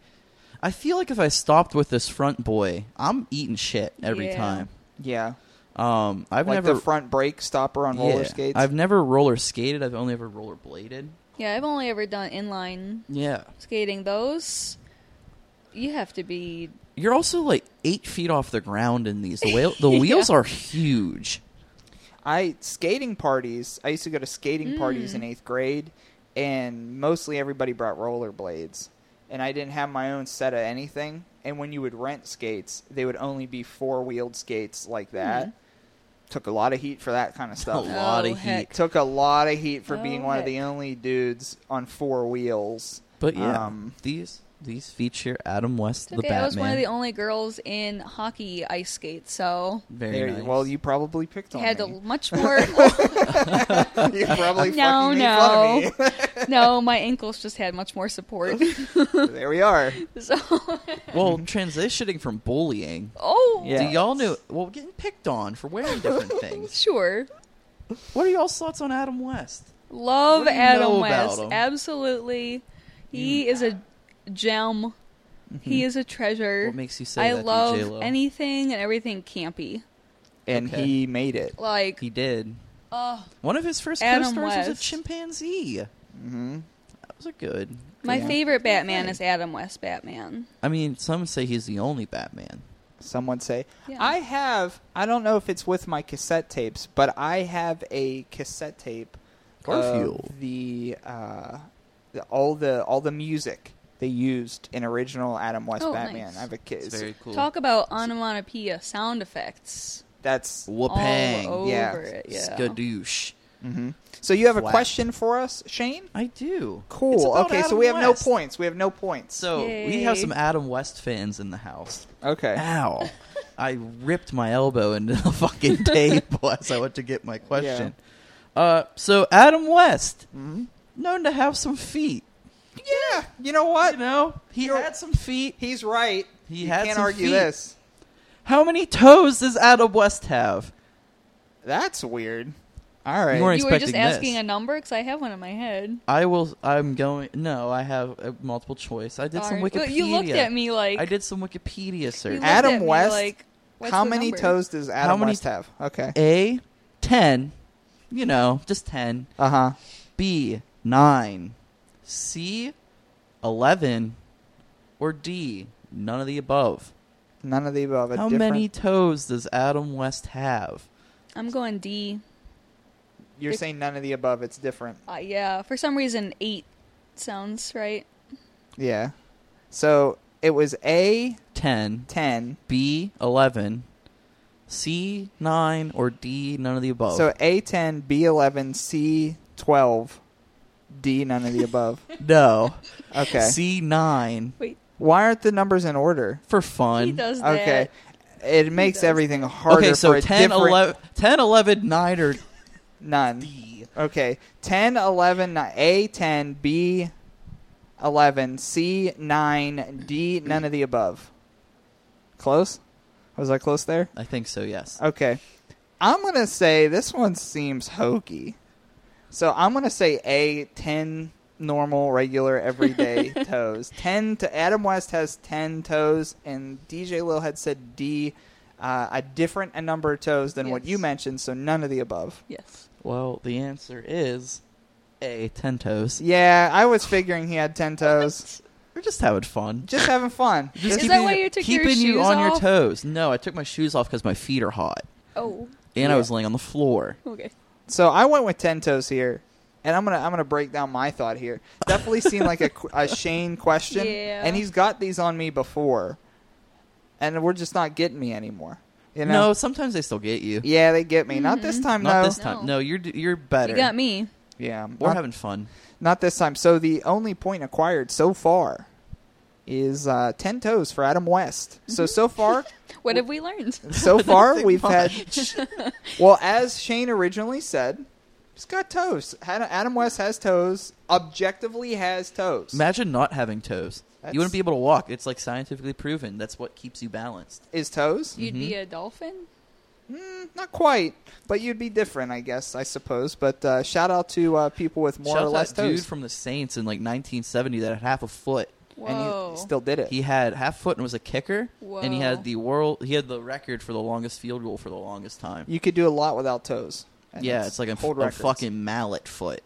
I feel like if I stopped with this front boy, I'm eating shit every Yeah. time. yeah, Um, I've like never the front brake stopper on roller yeah. skates. I've never roller skated. I've only ever roller bladed. Yeah, I've only ever done inline Yeah, skating. Those, you have to be. you're also like eight feet off the ground in these. The, *laughs* wheel, the wheels are huge. I skating parties. I used to go to skating Hmm. parties in eighth grade, and mostly everybody brought rollerblades, and I didn't have my own set of anything. And when you would rent skates, they would only be four wheeled skates Hmm. like that. Took a lot of heat for that kind *laughs* of A stuff. lot Oh, of heck. heat. Took a lot of heat for Oh, being one of heck. the only dudes on four wheels. But yeah, Um, these these feature Adam West, It's the okay, Batman. I was one of the only girls in hockey ice skate, so Very there- nice. Well, you probably picked I on had to me. much more. *laughs* *laughs* you probably no, fucking made fun no, no. My ankles just had much more support. of me. *laughs* there we are. *laughs* so, *laughs* Well, transitioning from bullying, oh, *laughs* Yeah. do y'all know? Well, getting picked on for wearing different things. sure. What are y'all's thoughts on Adam West? Love What do you Adam know about West. him? Absolutely. He is a gem. He is a treasure. Mm-hmm. What makes you say I that, love DJ Lo? anything and everything campy. and Okay. he made it. Like, He did. oh, One of his first Adam co-stars was a West. chimpanzee. hmm That was a good. my Yeah. favorite Batman thing. is Adam West Batman. I mean, some say he's the only Batman. Some would say. Yeah. I have. I don't know if it's with my cassette tapes, but I have a cassette tape. of Garfield. the, uh, the all the all the music they used in original Adam West Oh, Batman. nice. I have a kid. It's very cool. Talk about onomatopoeia sound effects. That's Whoopang. All over yeah. it. Yeah. Skadoosh. mhm. so. You have a Wow. question for us, Shane? I do. It's Cool. about Okay, so Adam we have no West. points. We have no points. So we Yay. have some Adam West fans in the house. Okay. Ow. *laughs* I ripped my elbow into the fucking table *laughs* as I went to get my question. Uh, so Adam West, Mm-hmm. known to have some feet. Yeah. You know what? You know, he You're- had some feet. He's right. He you had can't some argue feet. this. How many toes does Adam West have? That's weird. All right. You weren't You were just expecting this. asking a number because I have one in my head. I will. I'm going. No, I have a multiple choice. I did some Sorry. Wikipedia. But you looked at me like I did some Wikipedia you search. looked Adam at me West, Like, what's How the many number? toes does Adam many- West have? Okay. A, ten. You know, just ten. Uh huh. B, nine. C, eleven. Or D, none of the above. None of the above. A How different- many toes does Adam West have? I'm going D. You're saying none of the above. It's different. Uh, yeah, for some reason eight sounds right. Yeah. So it was A Ten. ten. B, eleven. C, nine. Or D, none of the above. So A ten, B eleven, C twelve, D none of the *laughs* above. no. Okay. C, nine. Wait, Why aren't the numbers in order? For fun. he does that. Okay. It makes does everything harder okay, so for a 10, different 11, 10, 11, 9, or none. D. Okay. 10, 11, ni- A, 10, B, 11, C, 9, D, none of the above. Close? Was I close there? I think so, yes. Okay. I'm going to say this one seems hokey. So I'm going to say A, 10 normal, regular, everyday toes. 10 to Adam West has 10 toes, and DJ Lil had said D, uh, a different a number of toes than what Yes. you mentioned, so none of the above. Yes. Well, the answer is A, 10 toes. Yeah, I was figuring he had 10 toes. We're just having fun. Just having fun. Just Is keeping that why you took your keeping you shoes on your off? toes? No, I took my shoes off because my feet are hot, Oh. and Yeah. I was laying on the floor. Okay. So I went with ten toes here, and I'm gonna I'm gonna break down my thought here. Definitely seemed like a, qu- a Shane question, Yeah. and he's got these on me before, and we're just not getting me anymore. You know? No, sometimes they still get you. Yeah, they get me. Not this time, Not though. this time. No. No, you're d- you're better. You got me. Yeah, We're not, having fun. not this time. So the only point acquired so far is uh, ten toes for Adam West. So Mm-hmm. so far, What have we learned? so far we've had had Well, as Shane originally said, he's got toes. Had- Adam West has toes. Objectively has toes. Imagine not having toes. That's- You wouldn't be able to walk. It's like scientifically proven. That's what keeps you balanced. Is toes? You'd be a dolphin? Mm, not quite, but you'd be different, I guess. I suppose. But uh, shout out to uh, people with more Shout or out less that dude toes. from the Saints in like 1970 that had half a foot. Whoa. And he still did it. He had half foot and was a kicker, and he Whoa. had the world. He had the record for the longest field goal for the longest time. you could do a lot without toes. And yeah, it's like a, hold a records. fucking mallet foot.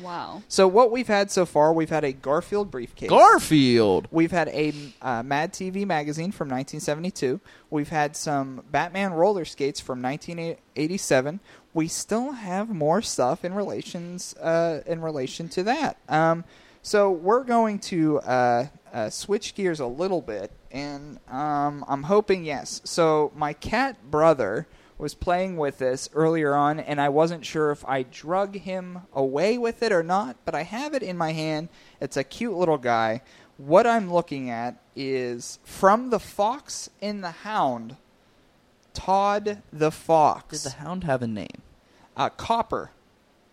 wow. So what we've had so far, we've had a Garfield briefcase. Garfield. We've had a uh, Mad TV magazine from 1972. We've had some Batman roller skates from 1987. We still have more stuff in relations uh, in relation to that. Um, so we're going to uh, uh, switch gears a little bit, and um, I'm hoping yes. So my cat brother was playing with this earlier on, and I wasn't sure if I drug him away with it or not, but I have it in my hand. It's a cute little guy. What I'm looking at is from the fox and the hound, Todd the Did fox, the hound have a name? uh, Copper.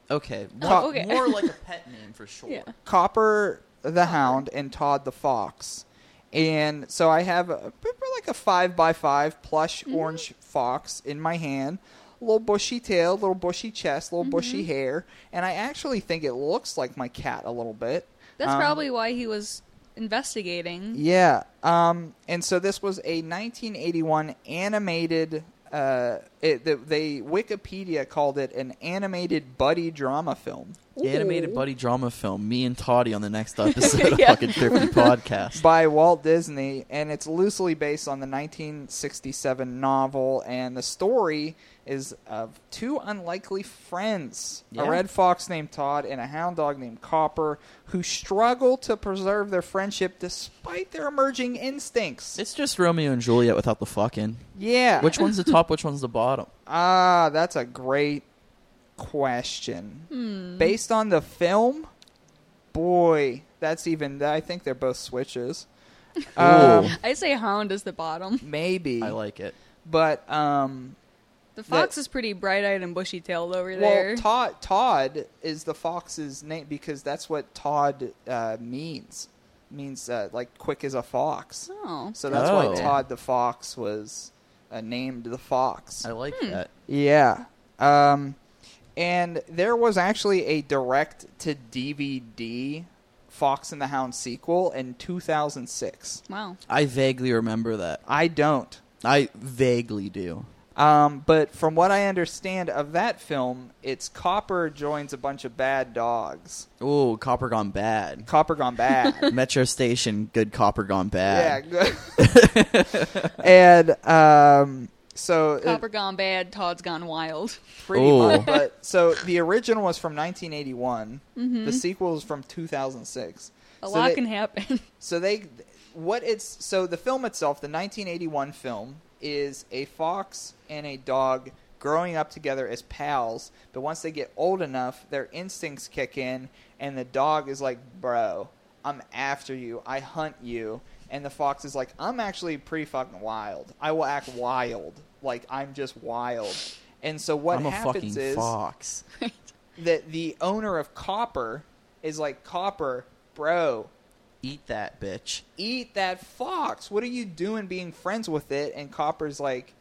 Okay, Oh, more, okay. more like a *laughs* pet name for sure. Yeah. Copper the Hound and Todd the Fox. And Mm-hmm. so I have a, like a five by five plush orange fox in my hand. little bushy tail, little bushy chest, Mm-hmm. little bushy hair, and I actually think it looks like my cat a little bit. That's Um, probably why he was investigating. yeah. Um, and so this was a 1981 animated. Uh, it, they, they Wikipedia called it an animated buddy drama film Animated Ooh. buddy drama film. Me and Toddy on *laughs* the next episode of Yeah. fucking *laughs* Thrifty Podcast. by Walt Disney, and it's loosely based on the 1967 novel. And the story is of two unlikely friends Yeah. a red fox named Todd and a hound dog named Copper who struggle to preserve their friendship despite their emerging instincts. It's just Romeo and Juliet without the fucking. yeah. Which one's the top? Which one's the bottom? Ah, that's a great question. Based on the film, boy, that's even. I think they're both switches. Um, Ooh, I say Hound is the bottom. maybe, I like it. but um, The fox is pretty bright-eyed and bushy-tailed over well, there. Todd Todd is the fox's name because that's what Todd uh, means. Means uh, like quick as a fox. oh, So that's Oh. why Todd the fox was uh, named the fox. I like Hmm. that. Yeah. Um, and there was actually a direct to DVD Fox and the Hound sequel in 2006. wow. I vaguely remember that. I don't. I vaguely do. Um, but from what I understand of that film, it's Copper joins a bunch of bad dogs. Ooh, Copper *laughs* Gone Bad. Copper gone bad. Metro Station, good Copper Gone yeah. Bad. good. *laughs* and um, so it- Copper gone bad. Todd's gone wild. pretty Ooh. much. But so the original was from 1981. The sequel is from 2006. Mm-hmm. A So lot they- can happen. So they what it's so the film itself, the 1981 film is a fox and a dog growing up together as pals, but once they get old enough, their instincts kick in and the dog is like, "Bro, I'm after you. I hunt you." And the fox is like, "I'm actually pretty fucking wild. I will act wild. Like I'm just wild." And so what I'm a happens fucking *laughs* is fox. that the owner of Copper is like, "Copper, bro, Eat that bitch. eat that fox. What are you doing being friends with it? And Copper's like,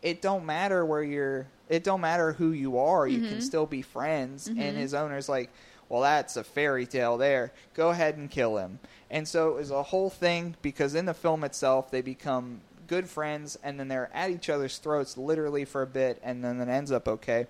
it don't matter where you're, it don't matter who you are. You can still be friends. And his owner's like, well, that's a fairy tale there. Go ahead and kill him. And so it was a whole thing because in the film itself, they become good friends and then they're at each other's throats literally for a bit and then it ends up okay.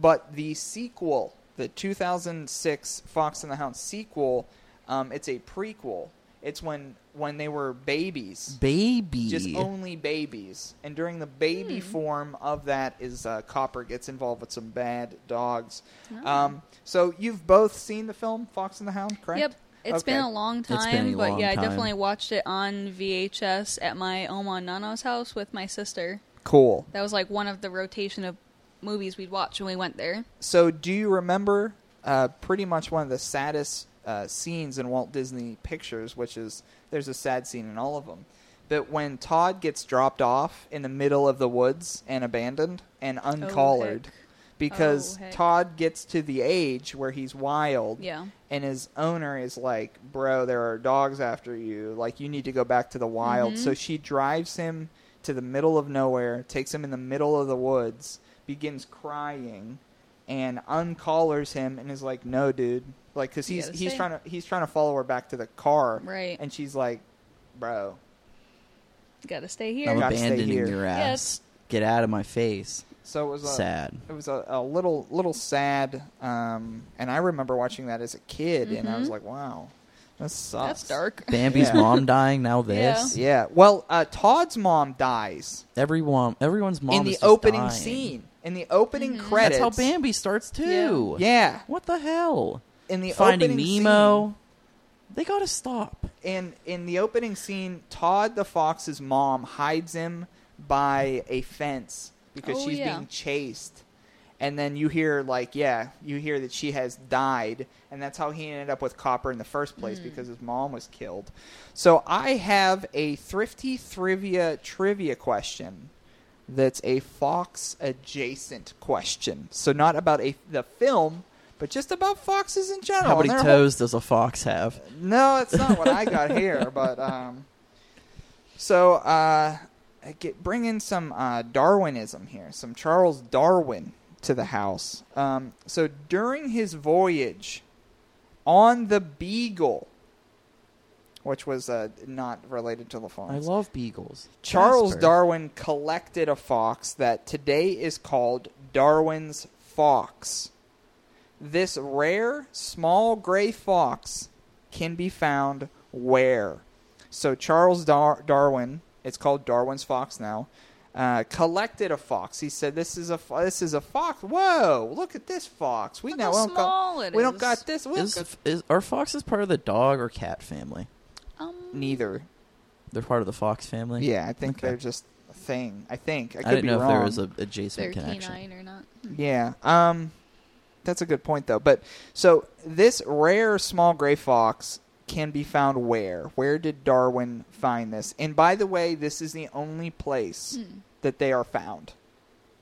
But the sequel, the 2006 Fox and the Hound sequel, um, it's a prequel. It's when when they were babies, Baby. just only babies, and during the baby Hmm. form of that is uh, Copper gets involved with some bad dogs. Oh. Um, so you've both seen the film Fox and the Hound, correct? Yep. it's it's been a long been time, a but long yeah, time. I definitely watched it on VHS at my Oma and Nana's house with my sister. cool. That was like one of the rotation of movies we'd watch when we went there. So, do you remember uh, pretty much one of the saddest uh, scenes in Walt Disney pictures, which is there's a sad scene in all of them. But when Todd gets dropped off in the middle of the woods and abandoned and uncollared, Oh, heck. because Oh, heck. Todd gets to the age where he's wild, Yeah. and his owner is like, "Bro, there are dogs after you. Like, you need to go back to the wild." Mm-hmm. So she drives him to the middle of nowhere, takes him in the middle of the woods, begins crying, and uncollars him, and is like, "No, dude." Like, cause You he's gotta he's stay. trying to he's trying to follow her back to the car, Right. And she's like, "Bro, Got to stay I'm here. Gotta stay abandoning here. your ass. Yes. Get out of my face. So it was a, *laughs* Sad. It was a, a little little sad, um, and I remember watching that as a kid, and I was like, "Wow, that sucks." Mm-hmm. That's *laughs* dark. Bambi's Yeah. mom dying, now this. Yeah. Well, uh, Todd's mom dies Everyone, everyone's mom in is the just opening dying. scene. In the opening Mm-hmm. That's credits. how Bambi starts too. Yeah. What the hell? In the Finding opening Nemo. They gotta stop. Scene, in in the opening scene, Todd the fox's mom hides him by a fence because Oh, she's yeah. being chased. And then you hear like, yeah, you hear that she has died, and that's how he ended up with Copper in the first place Hmm. because his mom was killed. So I have a thrifty trivia trivia question. that's a fox adjacent question. So not about a the film, but just about foxes in general. How and many their toes does a fox have? whole- no, it's not what I got here, but um so uh uh, get, bring in some uh, Darwinism here, some Charles Darwin to the house. Um, so during his voyage on the Beagle, which was uh, not related to the Fonz, I love beagles. Charles Jasper. Darwin collected a fox that today is called Darwin's fox. This rare small gray fox can be found where? So Charles Dar- Darwin, it's called Darwin's fox now, uh, collected a fox. He said, "This is a fo- this is a fox. Whoa, look at this fox. We Look now how don't small got it we don't is." got this. We don't got- Is, is are foxes part of the dog or cat family? Um, neither. They're part of the fox family. Yeah, I think Okay. they're just a thing. I think I could I didn't be know wrong. if there was a adjacent they're connection. canine or not. Yeah. Um that's a good point though. But so this rare small gray fox can be found where? Where did Darwin find this? And by the way, this is the only place Hmm. that they are found.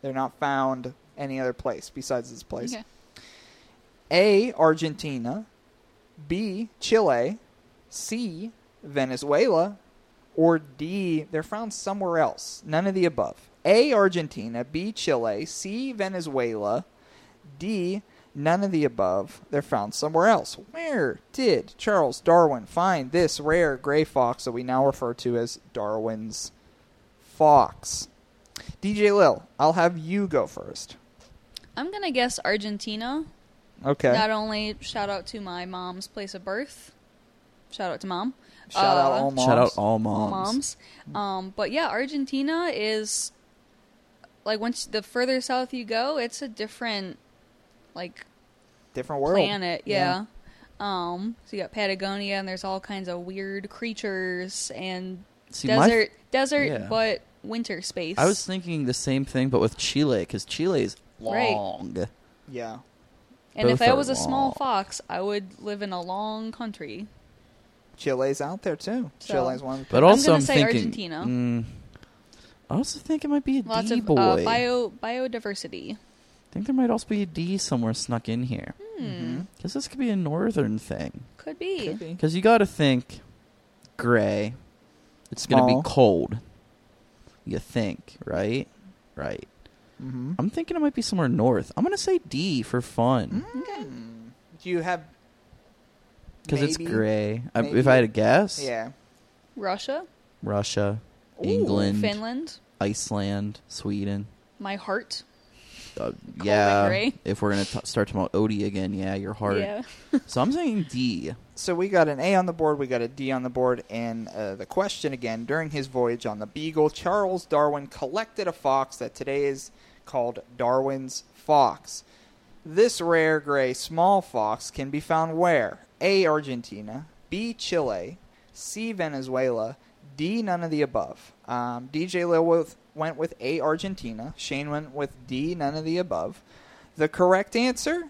They're not found any other place besides this place. Okay. A Argentina, B Chile, C Venezuela, or D they're found somewhere else. None of the above. A Argentina, B Chile, C Venezuela, D none of the above. They're found somewhere else. Where did Charles Darwin find this rare gray fox that we now refer to as Darwin's fox? DJ Lil, I'll have you go first. I'm gonna guess Argentina. Okay. Not only shout out to my mom's place of birth. Shout out to mom. Shout out Uh, all moms. Shout out all all moms. moms. Um, but yeah, Argentina is like once the further south you go, it's a different like different world. planet. Yeah. Um, so you got Patagonia, and there's all kinds of weird creatures and See, my- desert, desert, yeah. but winter space. I was thinking the same thing, but with Chile, because Chile is Right. long. Yeah. and if both I are was a small long. fox, I would live in a long country. Chile's out there too. So- Chile's one. But also, gonna I'm say thinking. Argentina. Mm, I also think it might be a D Lots of boy. uh, bio biodiversity. I think there might also be a D somewhere snuck in here. hmm. Because this could be a northern thing. Could be. Mm-hmm. Could be. Because you got to think gray. It's going to Small. be cold. You think, right? Right. Mhm. I'm thinking it might be somewhere north. I'm going to say D for fun. Mm, Do you have? Because it's maybe- gray. I, if Maybe. I had to guess, Yeah. Russia, Russia, Ooh, England, Finland, Iceland, Sweden. my heart. Uh, yeah. gray. *laughs* If we're going to start talking about Odie again, yeah, you're hard. Yeah. So I'm saying D. So we got an A on the board. We got a D on the board, and uh, the question again: During his voyage on the Beagle, Charles Darwin collected a fox that today is called Darwin's fox. This rare gray small fox can be found where? A. Argentina, B. Chile, C. Venezuela, D. None of the above. Um, DJ Lil with- went with A. Argentina. Shane went with D. None of the above. The correct answer?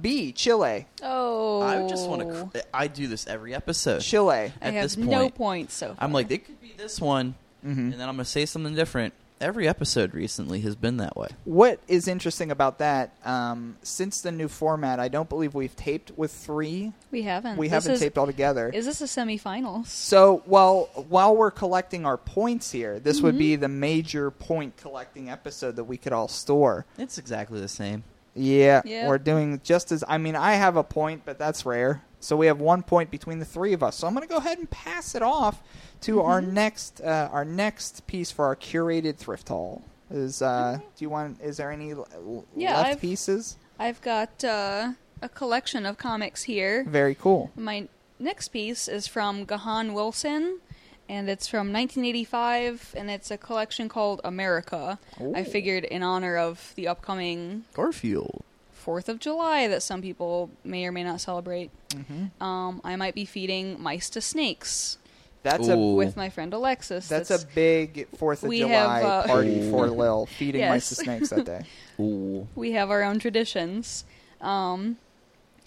B. Chile. Oh. I just want to. Cr- I do this every episode. Chile. I At have this no point, points so far. I'm like, it could be this one, and then I'm gonna say something different. Every episode recently has been that way. What is interesting about that? Um, since the new format, I don't believe we've taped with three. we haven't. We Hmm, This haven't is, taped all together. Is this a semifinals? So while while we're collecting our points here, this would be Mm-hmm. the major point collecting episode that we could all store. It's exactly the same. Yeah, Yeah. we're doing just as. I mean, I have a point, but that's rare. So we have one point between the three of us. So I'm going to go ahead and pass it off to our Mm-hmm. next uh, our next piece for our curated thrift haul. Is uh, do you want? Is there any l- l- Mm-hmm. Yeah, left I've- pieces? I've got uh, a collection of comics here. Very cool. My next piece is from Gahan Wilson, and it's from 1985, and it's a collection called America. I Ooh. figured in honor of the upcoming Garfield. 4th of July that some people may or may not celebrate, Mm-hmm. um, I might be feeding mice to snakes That's Ooh. a with my friend Alexis. that's, a big Fourth of we July have, uh, party for Lil feeding mice to Yes. snakes *laughs* that day. Ooh. we have our own traditions. Um,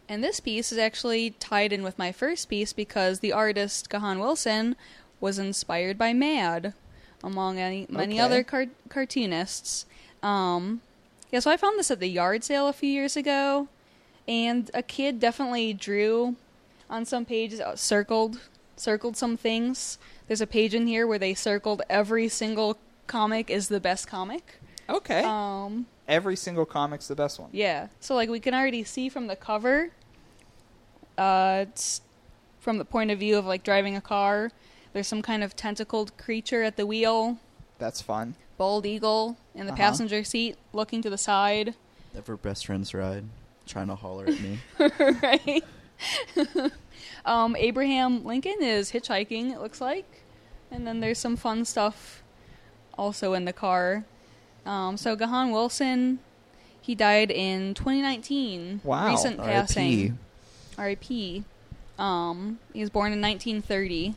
and this piece is actually tied in with my first piece because the artist Gahan Wilson was inspired by Mad, among any, many Okay. other car- cartoonists. Um, yeah, so I found this at the yard sale a few years ago, and a kid definitely drew on some pages uh, circled circled some things. There's a page in here where they circled every single comic is the best comic. Okay. Um, Every single comic's the best one. yeah. So like we can already see from the cover, uh, it's from the point of view of like driving a car. There's some kind of tentacled creature at the wheel. That's fun. Bald eagle in the Uh-huh. passenger seat, looking to the side. *laughs* Never best friends ride. Trying to holler at me. right? *laughs* um, Abraham Lincoln is hitchhiking, it looks like. And then there's some fun stuff also in the car. Um, so Gahan Wilson, he died in 2019. Wow, Recent R.I.P.. passing. R.I.P. Um, he was born in 1930.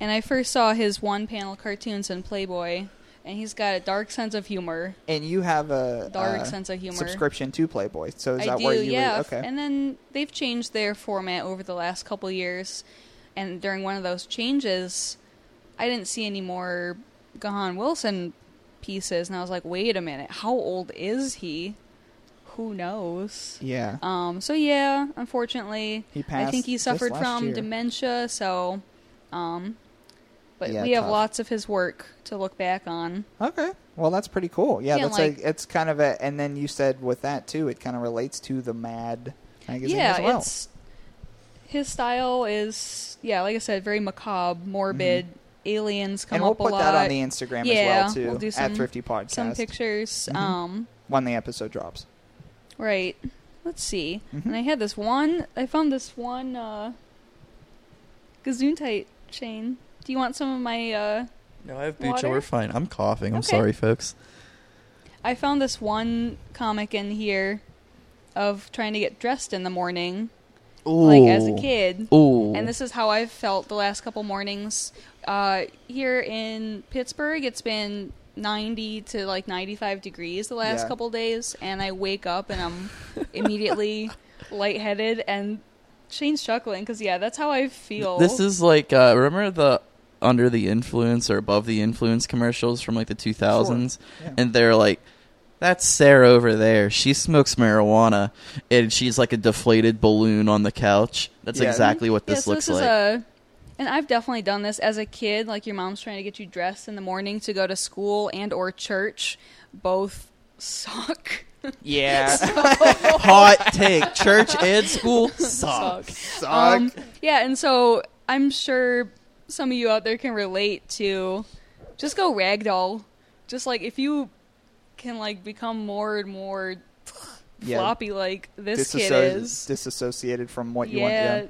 And I first saw his one panel cartoons in Playboy. And he's got a dark sense of humor. And you have a Dark uh, sense of humor. subscription to Playboy. So is I that do, where you yeah. read? Okay. And then they've changed their format over the last couple years, and during one of those changes, I didn't see any more Gahan Wilson pieces, and I was like, wait a minute, how old is he? Who knows? yeah. Um. So yeah, unfortunately, He I think passed he just suffered last from year. dementia. So, um, but Yeah, we have tough. lots of his work to look back on. Okay. Well, that's pretty cool. Yeah, Yeah, that's like- like, it's kind of a. And then you said with that too, it kind of relates to the Mad magazine yeah, as well. it's his style is yeah, like I said, very macabre, morbid. Aliens come Mm-hmm. and we'll up a put lot. that on the Instagram Yeah, as well too we'll do some- at Thrifty Podcast Mm-hmm. Some pictures. Um, when the episode drops. right. Let's see. Mm-hmm. And I had this one. I found this one uh, Gazuntite chain. Do you want some of my? Uh, No, I have Water? Bucha. We're fine. I'm coughing. I'm Okay. sorry, folks. I found this one comic in here of trying to get dressed in the morning, like as a kid. Ooh. And this is how I've felt the last couple mornings. Uh, here in Pittsburgh, it's been 90 to like 95 degrees the last Yeah. couple days, and I wake up and I'm *laughs* immediately lightheaded. And Shane's chuckling because, yeah, that's how I feel. This is like uh, remember the under the influence or above the influence commercials from like the 2000s, Sure. Yeah. and they're like, "That's Sarah over there. She smokes marijuana, and she's like a deflated balloon on the couch." That's Yeah. exactly what Yeah, this so looks this like. Is a, and I've definitely done this as a kid. Like your mom's trying to get you dressed in the morning to go to school and or church. Both *laughs* suck. *laughs* Yeah. *laughs* Hot take: church and *laughs* school suck. Um, yeah, and so I'm sure some of you out there can relate to just go ragdoll. Just like if you can like become more and more Yeah. floppy like this kid Disassoci- is. disassociated from what you want. yeah, Yeah.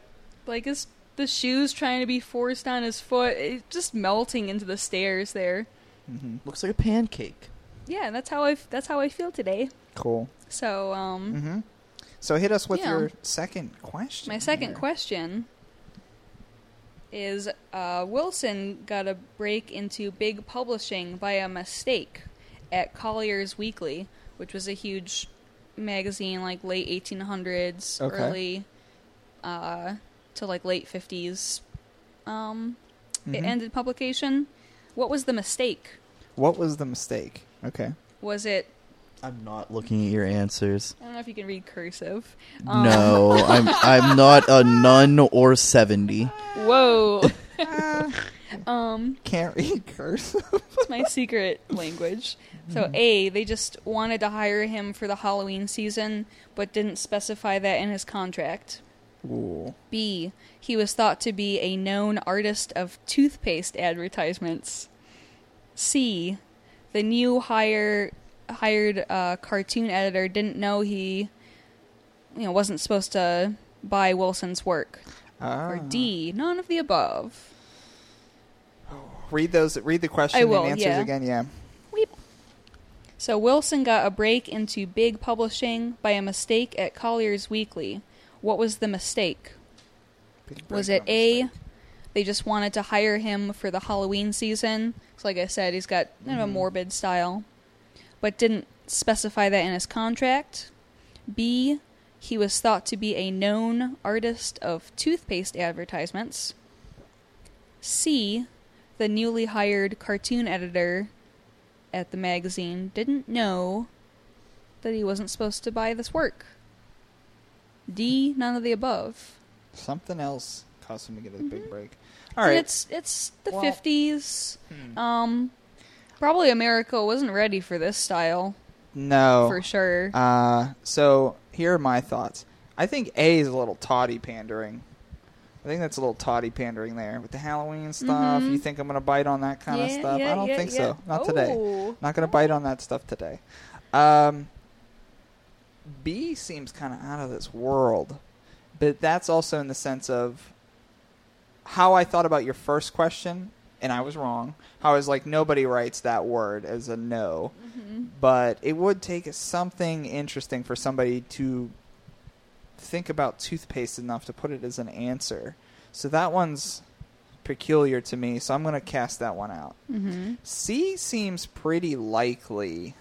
Like his the shoes trying to be forced on his foot, it's just melting into the stairs there. Mm-hmm. Looks like a pancake. Yeah, that's how I that's how I feel today. Cool. Mm-hmm. So, um So hit us with Yeah. your second question. My second here. question is uh, Wilson got a break into big publishing by a mistake at Collier's Weekly, which was a huge magazine like late 1800s, Okay. early uh, to like late 50s. Um, Mm-hmm. It ended publication. What was the mistake? What was the mistake? *laughs* Okay. Was it? I'm not looking at your answers. Um. I don't know if you can read cursive. No, I'm I'm not *laughs* a nun or seventy. Whoa, Um, Can't read *laughs* cursive. It's my secret language. So, A, they just wanted to hire him for the Halloween season, but didn't specify that in his contract. Ooh. B, he was thought to be a known artist of toothpaste advertisements. C, the new hire hired uh, cartoon editor didn't know he, you know, wasn't supposed to buy Wilson's work. Ah. Or D, none of the above. Read those. Read the question I will, and answers yeah. again. Yeah. So Wilson got a break into big publishing by a mistake at Collier's Weekly. What was the mistake? Big was break it on A, mistake. they just wanted to hire him for the Halloween season? So like I said, he's got kind of a morbid style, but didn't specify that in his contract. B, he was thought to be a known artist of toothpaste advertisements. C, the newly hired cartoon editor at the magazine didn't know that he wasn't supposed to buy this work. D, none of the above. Something else caused him to get a big break. All right. Mm-hmm. It's it's the Well- hmm. 50s. Um, probably America wasn't ready for this style no. for sure. Uh, so here are my thoughts. I think A is a little toddy pandering. I think that's a little toddy pandering there with the Halloween stuff. You think I'm gonna bite on that kind of Mm-hmm. Yeah, stuff? I yeah, don't yeah, think yeah. so. Not today. Oh. Not gonna bite on that stuff today. Um, B seems kind of out of this world, but that's also in the sense of how I thought about your first question, and I was wrong. How I was like, nobody writes that word as a no, but it would take something interesting for somebody to think about toothpaste enough to put it as an answer. So that one's peculiar to me. So I'm going to cast that one out. Mhm. C seems pretty likely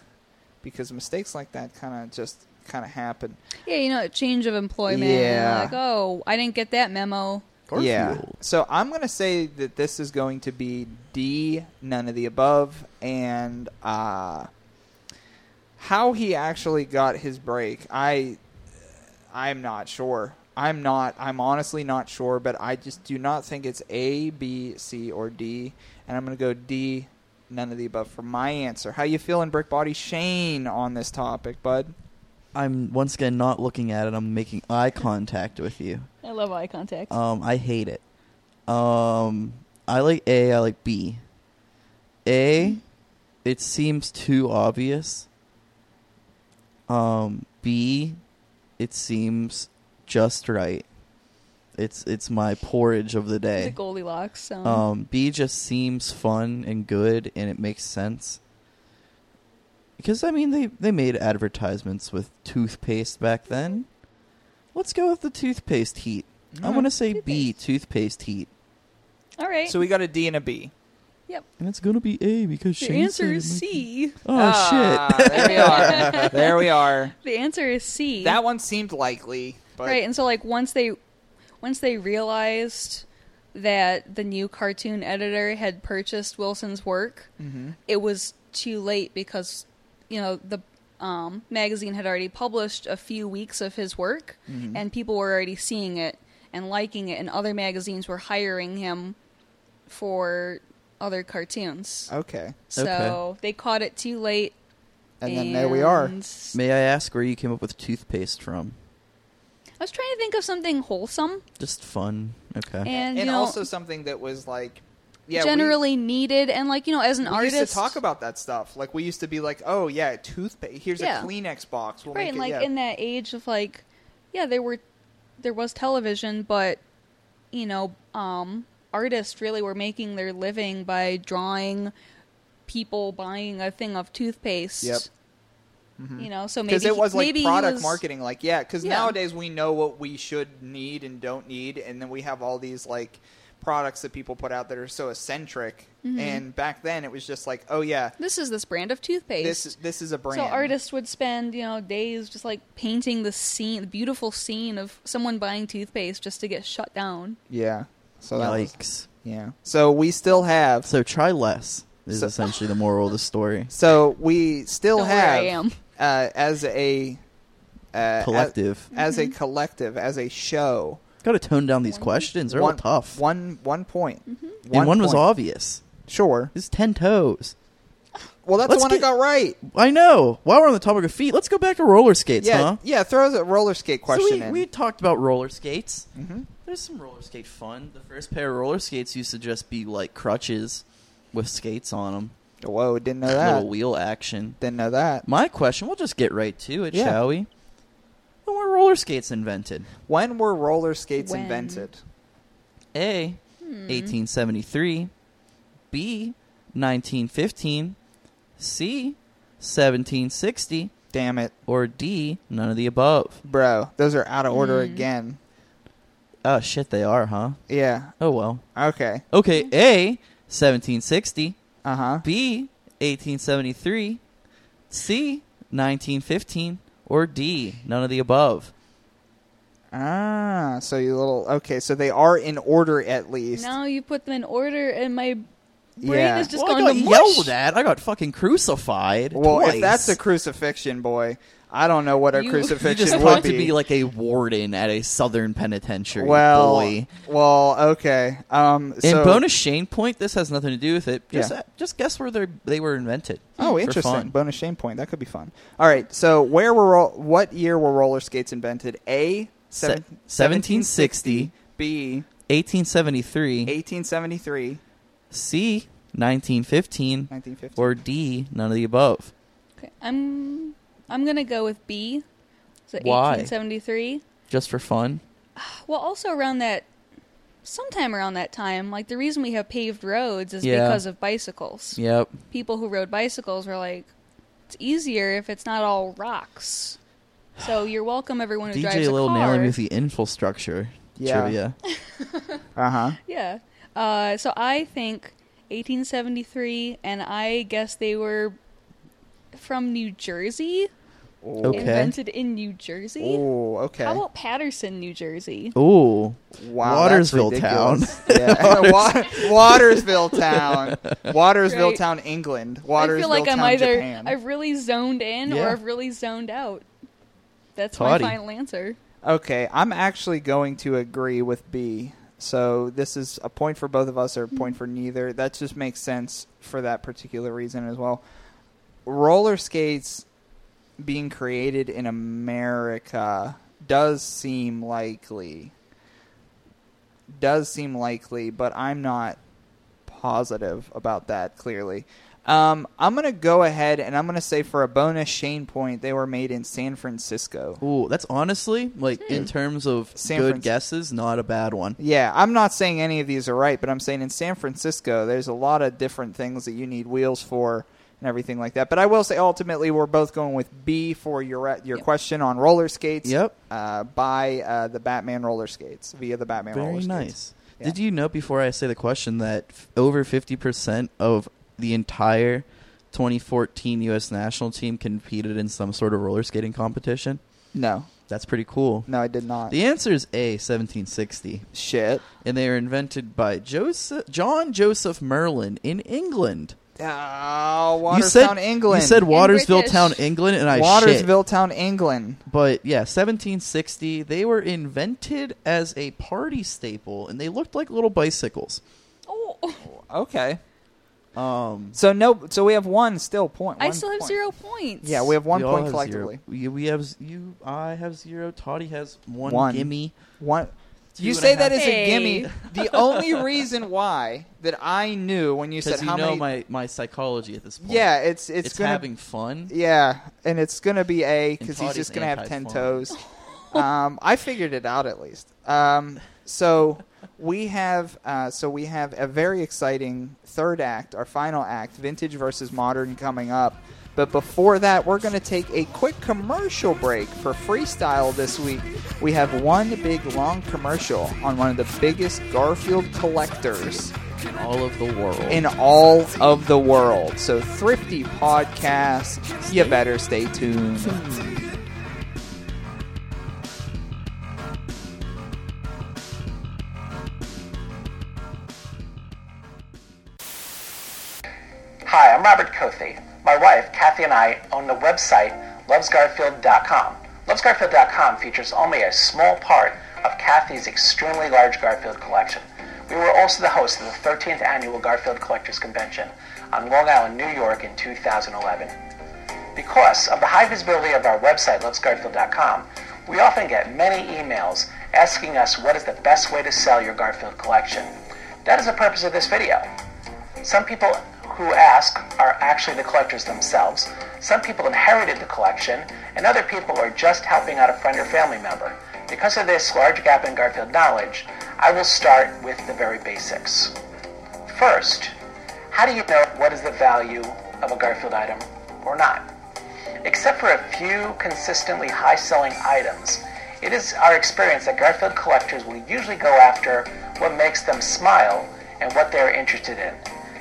because mistakes like that kind of just kind of happen. Yeah, you know, change of employment. Yeah. Like, oh, I didn't get that memo. Yeah. So I'm going to say that this is going to be D, none of the above, and uh, how he actually got his break. I, I'm not sure. I'm not. I'm honestly not sure, but I just do not think it's A, B, C, or D, and I'm going to go D, none of the above for my answer. How you feeling, Brick Body Shane, on this topic, bud? I'm once again not looking at it. I'm making eye contact with you. I love eye contact. Um, I hate it. Um, I like A. I like B. A, it seems too obvious. Um, B, it seems just right. It's it's my porridge of the the day. Goldilocks. Um, Oh. Um, B just seems fun and good, and it makes sense. Because I mean, they they made advertisements with toothpaste back then. Let's go with the toothpaste heat. I want to say B, toothpaste heat, all right. So we got a D and a B. yep. and it's gonna be A because The Shane answer said it is might be- C. Oh Ah, shit! *laughs* There we are. there we are. The answer is C. That one seemed likely, but right. And so, like, once they, once they realized that the new cartoon editor had purchased Wilson's work, Mm-hmm. it was too late because you know the um, magazine had already published a few weeks of his work, Mm-hmm. and people were already seeing it and liking it, and other magazines were hiring him for other cartoons. Oh, okay. So Okay. they caught it too late. And, then there we are. and- *laughs* May I ask where you came up with toothpaste from? I was trying to think of something wholesome Just fun. Okay. and, And, you know, also something that was like, yeah, we- generally needed and like you know as an We, artist used to talk about that stuff. Like we used to be like, oh yeah, toothpaste. Here's Yeah. a Kleenex box. We'll right make and it, like yeah. in that age of like yeah there were there was television but you know um artists really were making their living by drawing people buying a thing of toothpaste Yep. Mm-hmm. you know so maybe because it he- was like maybe he product was- marketing like yeah because Yeah. nowadays we know what we should need and don't need and then we have all these like products that people put out that are so eccentric Mm-hmm. and back then it was just like oh yeah this is this brand of toothpaste this this is a brand So artists would spend, you know, days just like painting the scene, the beautiful scene of someone buying toothpaste just to get shut down. yeah so that was- Yikes. yeah so we still have So try less is So- essentially the moral of the story. *laughs* So we still Don't worry, have, I am. Uh, as a uh, Collective. as, as Mm-hmm. a collective, as a show, Got to tone down these questions. They're one, all tough. One one point. Mm-hmm. and one was point. obvious. Sure. It's ten toes. Well, that's Let's the one get- I got right. I know. While we're on the topic of feet, let's go back to roller skates, yeah, huh? yeah. Throw the roller skate question so in. Mm-hmm. we, we talked about roller skates. There's some roller skate fun. The first pair of roller skates used to just be like crutches with skates on them, Whoa, didn't know little that. wheel action. Didn't know that. My question, we'll just get right to it, Yeah. shall we? When were roller skates invented? When were roller skates When? invented? A. Hmm. Mm-hmm. 1873. B. 1915. C. 1760. Damn it, Or D. None of the above. bro. Those are out of order Mm. again. Oh, shit, they are, huh? Yeah. Oh, well. Okay. Okay, A. 1760. Uh huh. B. 1873. C. 1915. Or D. None of the above. Ah, so you little okay. So they are in order at least. Now you put them in order, and my brain Yeah. is just well, I got going to mush. yelled at. I got fucking crucified. Well, twice. if that's a crucifixion, boy, I don't know what a You- you crucifixion just would want to be like a warden at a southern penitentiary. well, boy. well, okay. Um, And so, bonus Shane point. This has nothing to do with it. Just, uh, Yeah. just guess where they they were invented. Oh, For interesting. fun. Bonus shame point. That could be fun. All right. So, where were ro- what year were roller skates invented? A Se- seven- 1760, B 1873, 1873, C 1915, 1950. or D none of the above. Okay, I'm I'm gonna go with B. So Why? 1873. Just for fun. Well, also around that, sometime around that time, like the reason we have paved roads is Yeah. because of bicycles. Yep. People who rode bicycles were like, it's easier if it's not all rocks. So you're welcome, everyone who drives DJ a Lil car. nailing with the infrastructure Yeah. trivia. Uh huh. Yeah. Uh, so I think 1873, and I guess they were from New Jersey, Okay. invented in New Jersey. Oh, okay. How about Patterson, New Jersey? Ooh. Wow, that's Watersville Town. ridiculous. *laughs* *laughs* Yeah. Wa- Watersville Town. Watersville Right. Town, England. I Watersville feel like Town, I'm either Japan. I've really zoned in Yeah. or I've really zoned out. That's Toddy. my final answer. Okay, I'm actually going to agree with B. So this is a point for both of us or a point for neither. That just makes sense for that particular reason as well. Roller skates being created in America does seem likely. Does seem likely, but I'm not positive about that clearly. Um, I'm going to go ahead and I'm going to say for a bonus Shane point, they were made in San Francisco. Ooh, that's honestly like in terms of San good Francisco. guesses, not a bad one. Yeah, I'm not saying any of these are right, but I'm saying in San Francisco, there's a lot of different things that you need wheels for and everything like that. But I will say, ultimately, we're both going with B for your your Yep. question on roller skates. Yep. Uh, by uh, the Batman roller skates via the Batman roller Very skates. nice. Yeah. Did you know before I say the question that f- over 50% of the entire 2014 U.S. national team competed in some sort of roller skating competition? No, That's pretty cool. no, I did not. The answer is A, 1760. Shit. And they are invented by Joseph, John Joseph Merlin in England. Oh, you said, Waterstown, England. You said Watersville British. Town, England, and I shit. Watersville Town, England. But yeah, 1760, they were invented as a party staple, and they looked like little bicycles. Oh, Okay. Um, So no. So we have one still point. I one still have point. zero points. Yeah, we have one we all point have collectively. Zero. We, we have z- you. I have zero. Toddy has one. One. Gimme. One. Two You and a say half. that as a Hey. gimme. *laughs* The only reason why that I knew when you said Because you how know many. my, my psychology at this point. yeah, it's it's, it's, gonna having fun. yeah, and it's gonna be A And because he's Toddy's just gonna have ten anti-fun. toes. um, I figured it out at least. Um, so we have uh, so we have a very exciting third act, our final act, vintage versus modern coming up. But before that, we're going to take a quick commercial break for freestyle this week. We have one big long commercial on one of the biggest Garfield collectors in all of the world. in all of the world. So, Thrifty Podcast, you better stay tuned. Hi, I'm Robert Cothey. My wife, Kathy, and I own the website lovesgarfield.com. Lovesgarfield.com features only a small part of Kathy's extremely large Garfield collection. We were also the host of the 13th annual Garfield Collectors Convention on Long Island, New York in 2011. Because of the high visibility of our website, lovesgarfield.com, we often get many emails asking us what is the best way to sell your Garfield collection. That is the purpose of this video. Some people who ask are actually the collectors themselves. Some people inherited the collection, and other people are just helping out a friend or family member. Because of this large gap in Garfield knowledge, I will start with the very basics. First, how do you know what is the value of a Garfield item or not? Except for a few consistently high selling items, it is our experience that Garfield collectors will usually go after what makes them smile and what they are interested in.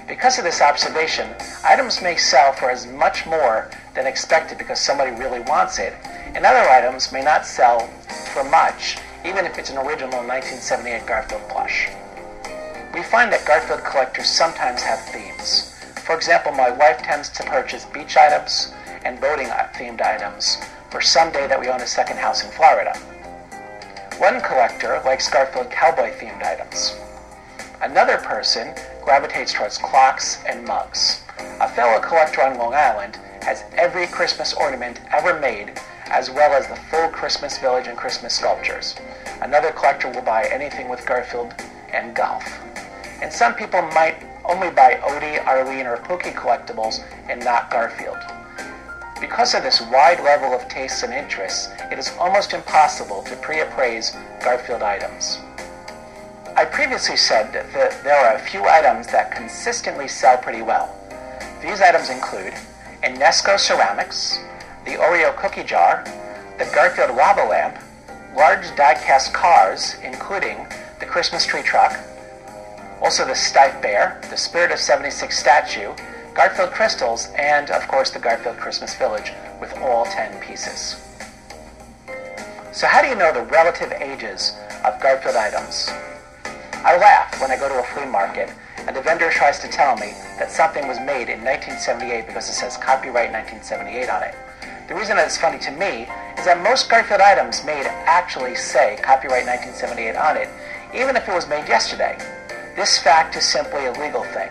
Because of this observation, items may sell for as much more than expected because somebody really wants it, and other items may not sell for much, even if it's an original 1978 Garfield plush. We find that Garfield collectors sometimes have themes. For example, my wife tends to purchase beach items and boating themed items for some day that we own a second house in Florida. One collector likes Garfield cowboy themed items. Another person gravitates towards clocks and mugs. A fellow collector on Long Island has every Christmas ornament ever made, as well as the full Christmas village and Christmas sculptures. Another collector will buy anything with Garfield and golf. And some people might only buy Odie, Arlene, or Pookie collectibles and not Garfield. Because of this wide level of tastes and interests, it is almost impossible to pre appraise Garfield items. I previously said that the- there are a few items that consistently sell pretty well. These items include Enesco ceramics, the Oreo cookie jar, the Garfield lava lamp, large die-cast cars, including the Christmas tree truck, also the Stipe Bear, the Spirit of 76 statue, Garfield crystals, and of course the Garfield Christmas Village with all 10 pieces. So, how do you know the relative ages of Garfield items? I laugh when I go to a flea market and the vendor tries to tell me that something was made in 1978 because it says copyright 1978 on it. The reason that it's funny to me is that most Garfield items made actually say copyright 1978 on it, even if it was made yesterday. This fact is simply a legal thing.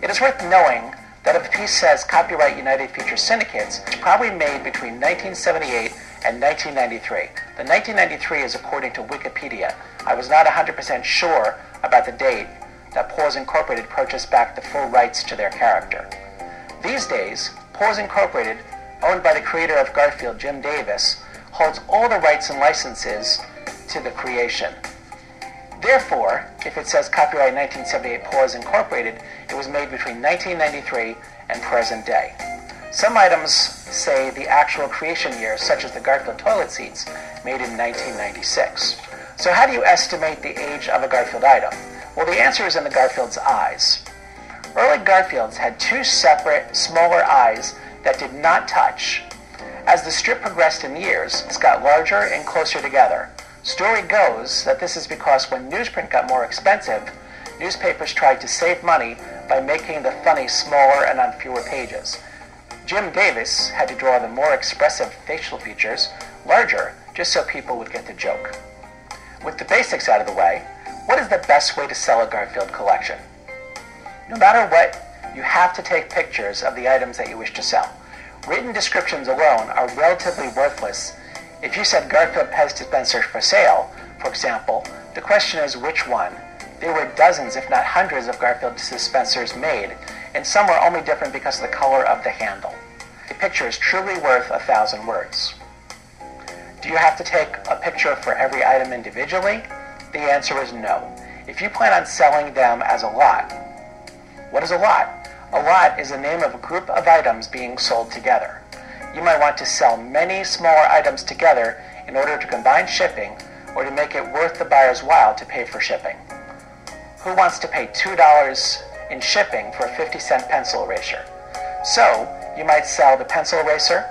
It is worth knowing that if a piece says copyright United Feature Syndicates, it's probably made between 1978 and 1993. The 1993 is according to Wikipedia. I was not 100% sure about the date that Paws Incorporated purchased back the full rights to their character. These days, Paws Incorporated, owned by the creator of Garfield, Jim Davis, holds all the rights and licenses to the creation. Therefore, if it says copyright 1978 Paws Incorporated, it was made between 1993 and present day. Some items say the actual creation year, such as the Garfield toilet seats, made in 1996. So, how do you estimate the age of a Garfield item? Well, the answer is in the Garfield's eyes. Early Garfields had two separate, smaller eyes that did not touch. As the strip progressed in years, it's got larger and closer together. Story goes that this is because when newsprint got more expensive, newspapers tried to save money by making the funny smaller and on fewer pages. Jim Davis had to draw the more expressive facial features larger just so people would get the joke. With the basics out of the way, what is the best way to sell a Garfield collection? No matter what, you have to take pictures of the items that you wish to sell. Written descriptions alone are relatively worthless. If you said Garfield Pez dispenser for sale, for example, the question is which one? There were dozens, if not hundreds, of Garfield dispensers made, and some were only different because of the color of the handle. A picture is truly worth a thousand words. Do you have to take a picture for every item individually? The answer is no. If you plan on selling them as a lot, what is a lot? A lot is the name of a group of items being sold together. You might want to sell many smaller items together in order to combine shipping or to make it worth the buyer's while to pay for shipping. Who wants to pay $2 in shipping for a 50 cent pencil eraser? So, you might sell the pencil eraser,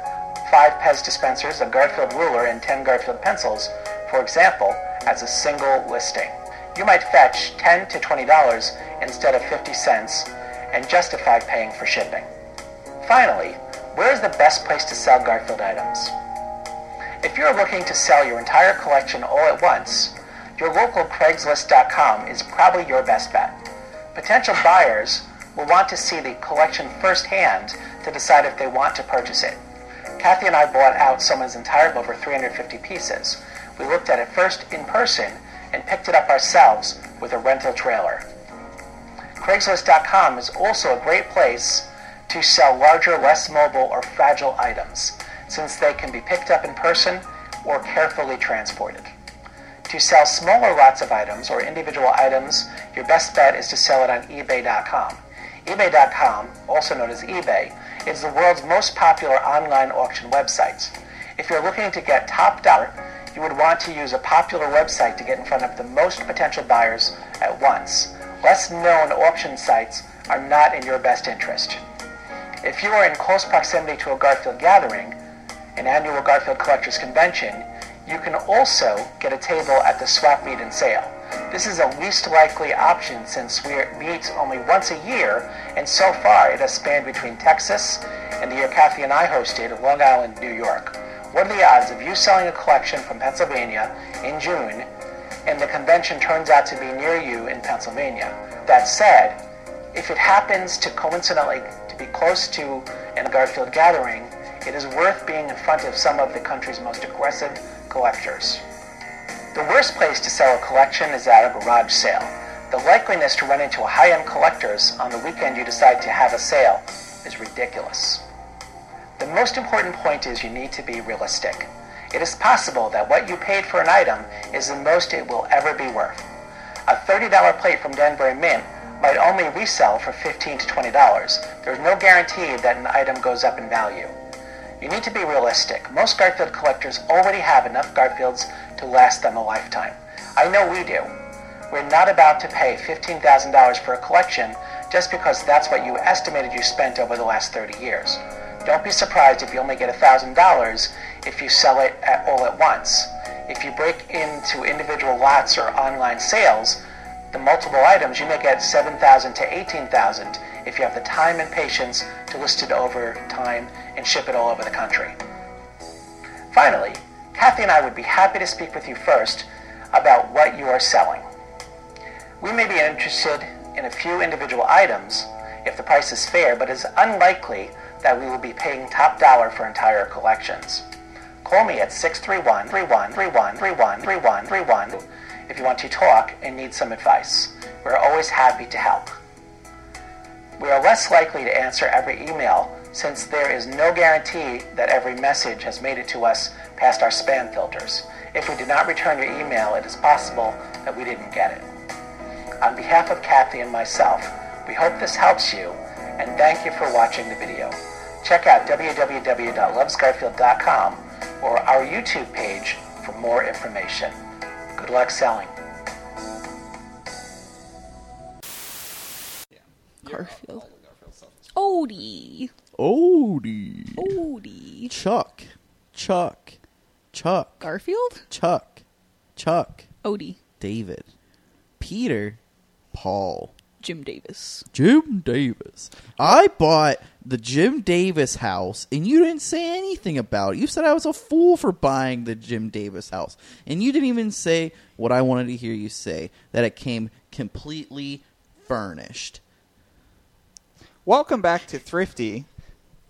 five Pez dispensers, a Garfield ruler, and 10 Garfield pencils, for example, as a single listing. You might fetch 10 to $20 instead of 50 cents and justify paying for shipping. Finally, where is the best place to sell Garfield items? If you're looking to sell your entire collection all at once, your local Craigslist.com is probably your best bet. Potential buyers will want to see the collection firsthand to decide if they want to purchase it. Kathy and I bought out someone's entire over 350 pieces. We looked at it first in person and picked it up ourselves with a rental trailer. Craigslist.com is also a great place to sell larger, less mobile, or fragile items, since they can be picked up in person or carefully transported. To sell smaller lots of items or individual items, your best bet is to sell it on eBay.com. eBay.com, also known as eBay, is the world's most popular online auction website. If you're looking to get top dollar, you would want to use a popular website to get in front of the most potential buyers at once. Less known auction sites are not in your best interest. If you are in close proximity to a Garfield gathering, an annual Garfield Collectors Convention, you can also get a table at the swap meet and sale. This is the least likely option since we meet only once a year, and so far it has spanned between Texas and the year Kathy and I hosted Long Island, New York. What are the odds of you selling a collection from Pennsylvania in June and the convention turns out to be near you in Pennsylvania? That said, if it happens to coincidentally to be close to an Garfield gathering, it is worth being in front of some of the country's most aggressive collectors. The worst place to sell a collection is at a garage sale. The likeliness to run into high-end collectors on the weekend you decide to have a sale is ridiculous. The most important point is you need to be realistic. It is possible that what you paid for an item is the most it will ever be worth. A $30 plate from Denver Mint might only resell for $15 to $20. There's no guarantee that an item goes up in value. You need to be realistic. Most Garfield collectors already have enough Garfields to last them a lifetime. I know we do. We're not about to pay $15,000 for a collection just because that's what you estimated you spent over the last 30 years. Don't be surprised if you only get $1,000 if you sell it at, all at once. If you break into individual lots or online sales, the multiple items, you may get 7,000 to 18,000 if you have the time and patience to list it over time and ship it all over the country. Finally, Kathy and I would be happy to speak with you first about what you are selling. We may be interested in a few individual items if the price is fair, but it's unlikely that we will be paying top dollar for entire collections. Call me at 631 3131 3131 31 if you want to talk and need some advice. We're always happy to help. We are less likely to answer every email since there is no guarantee that every message has made it to us past our spam filters. If we did not return your email, it is possible that we didn't get it. On behalf of Kathy and myself, we hope this helps you and thank you for watching the video. Check out www.lovesgarfield.com or our YouTube page for more information. Good luck selling. Garfield. Odie. Odie. Odie. Chuck. Chuck. Chuck. Garfield? Chuck. Chuck. Odie. David. Peter. Paul. Jim Davis. Jim Davis. I bought the Jim Davis house, and you didn't say anything about it. You said I was a fool for buying the Jim Davis house, and you didn't even say what I wanted to hear you say that it came completely furnished. Welcome back to Thrifty,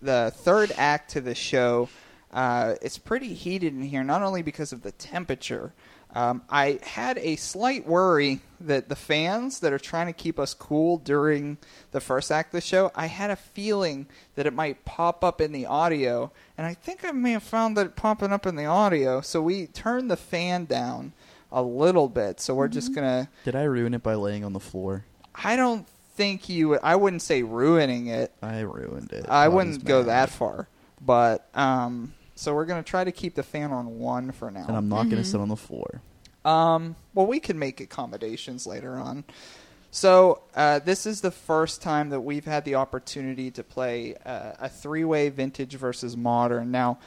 the third act to the show. Uh, it's pretty heated in here, not only because of the temperature. Um, I had a slight worry that the fans that are trying to keep us cool during the first act of the show, I had a feeling that it might pop up in the audio, and I think I may have found that it popping up in the audio. So we turned the fan down a little bit. So we're just gonna Did I ruin it by laying on the floor? I don't think you. would- I wouldn't say ruining it. I ruined it. I Tommy's wouldn't go mad. that far, but um, so we're gonna try to keep the fan on one for And now. I'm not going to sit on the floor. Um, well, we can make accommodations later on. So uh, this is the first time that we've had the opportunity to play uh, a three-way vintage versus modern. Now,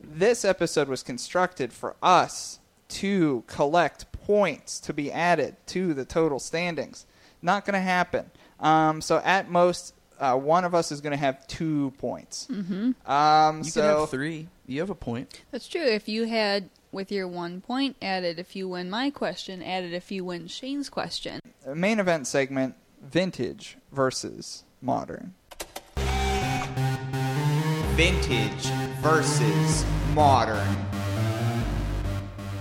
this episode was constructed for us to collect points to be added to the total standings. Not going to happen. Um, so at most, uh, one of us is going to have two points. Mm-hmm. Um, You so can have three. You have a point. That's true. If you had with your one point added, if you win my question, added if you win Shane's question. main event segment vintage versus modern. Vintage versus modern.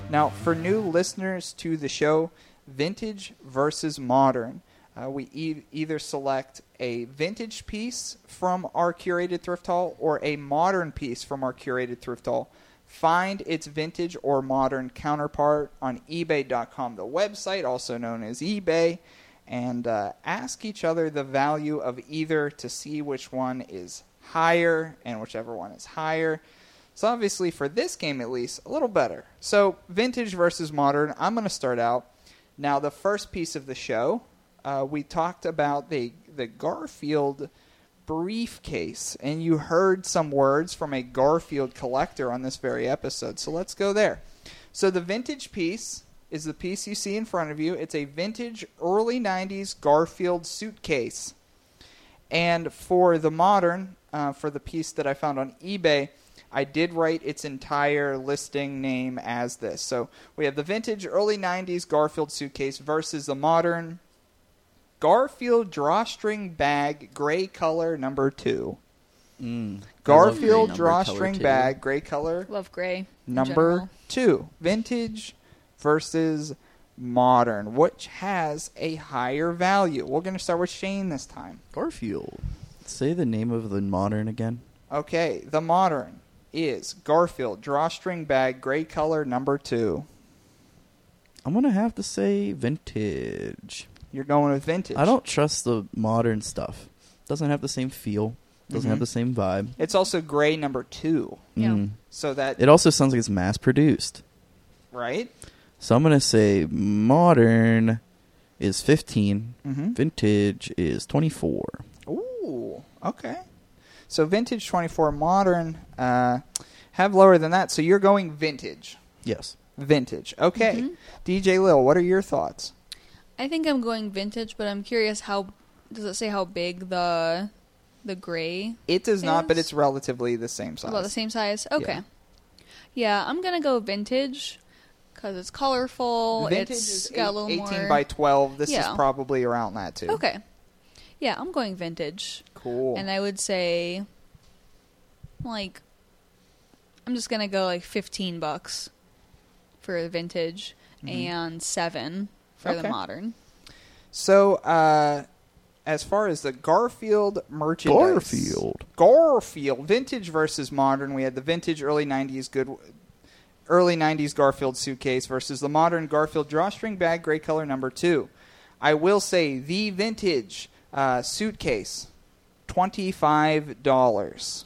Now, for new listeners to the show, vintage versus modern. Uh, we e- either select a vintage piece from our curated thrift haul or a modern piece from our curated thrift haul. Find its vintage or modern counterpart on eBay.com, the website, also known as eBay, and uh, ask each other the value of either to see which one is higher and whichever one is higher. So obviously, for this game at least, a little better. So vintage versus modern. I'm going to start out. Now, the first piece of the show, uh, we talked about the the Garfield briefcase, and you heard some words from a Garfield collector on this very episode. So let's go there. So the vintage piece is the piece you see in front of you. It's a vintage early 90s Garfield suitcase. And for the modern, uh, for the piece that I found on eBay, I did write its entire listing name as this. So we have the vintage early 90s Garfield suitcase versus the modern Garfield drawstring bag, gray color, number two. mm. Garfield number color drawstring two. bag, gray color, Love Gray. in number general. two. Vintage versus modern. Which has a higher value? We're going to start with Shane this time. Garfield. Say the name of the modern again. Okay, the modern is Garfield drawstring bag, gray color, number two. I'm gonna have to say vintage. You're going with vintage. I don't trust the modern stuff. Doesn't have the same feel. Doesn't Mm-hmm. have the same vibe. It's also gray number two. Yeah. Mm. So that It also sounds like it's mass produced. right? So I'm gonna say modern is 15. Mhm. Vintage is 24. Ooh, okay. So vintage 24 modern uh, have lower than that. So you're going vintage. Yes. Vintage. Okay. Mm-hmm. DJ Lil, what are your thoughts? I think I'm going vintage, but I'm curious how does it say how big the the gray? It does not, but Is- it's relatively the same size. About the same size. Okay. Yeah, I'm gonna go vintage because it's colorful. Vintage it's is got a eight- little 18 more. by 12. This Yeah. is probably around that too. okay. Yeah, I'm going vintage, Cool. and I would say like I'm just gonna go like 15 bucks for the vintage and seven for Mm-hmm. Okay. the modern. So, uh, as far as the Garfield merchandise, Garfield. Garfield vintage versus modern, we had the vintage early '90s good, early '90s Garfield suitcase versus the modern Garfield drawstring bag, gray color number two. I will say the vintage uh, suitcase, twenty five dollars,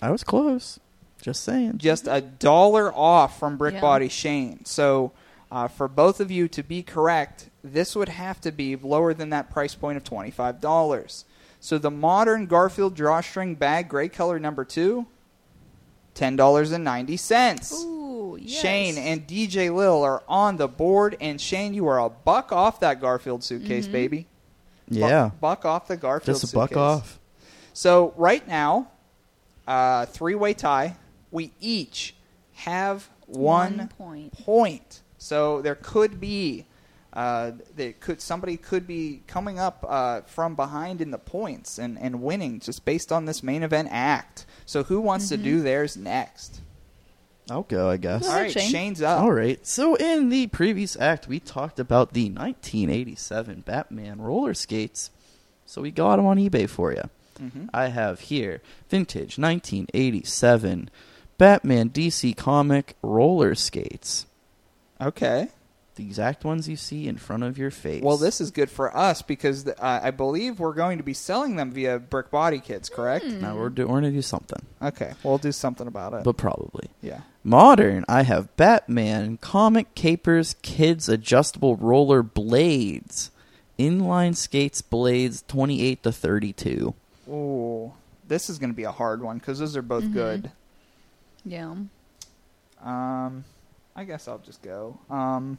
I was close. Just saying. just a dollar off from Brick Yeah. Body Shane. So. Uh, for both of you to be correct, this would have to be lower than that price point of $25. So the modern Garfield drawstring bag, gray color number two, $10.90. Ooh, yes. Shane and DJ Lil are on the board, and Shane, you are a buck off that Garfield suitcase, Mm-hmm. baby. Bu- yeah. buck off the Garfield Just a buck suitcase. off. So right now, uh, three-way tie. We each have one, One point. point. So there could be, uh, there could somebody could be coming up uh, from behind in the points and and winning just based on this main event act. So who wants to Mm-hmm. do theirs next? I'll go, I guess. Go All ahead, right, Shane. Shane's up. All right. So in the previous act, we talked about the 1987 Batman roller skates. So we got them on eBay for you. Mm-hmm. I have here vintage 1987 Batman DC comic roller skates. Okay. The exact ones you see in front of your face. Well, this is good for us because uh, I believe we're going to be selling them via Brick Body Kits, correct? Hmm. now we're, do- we're gonna do something, Okay, we'll do something about it. but probably yeah. modern. I have Batman comic capers, kids adjustable roller blades, inline skates blades 28 to 32. Ooh, this is going to be a hard one because those are both good. Yeah. Um, I guess I'll just go. Um,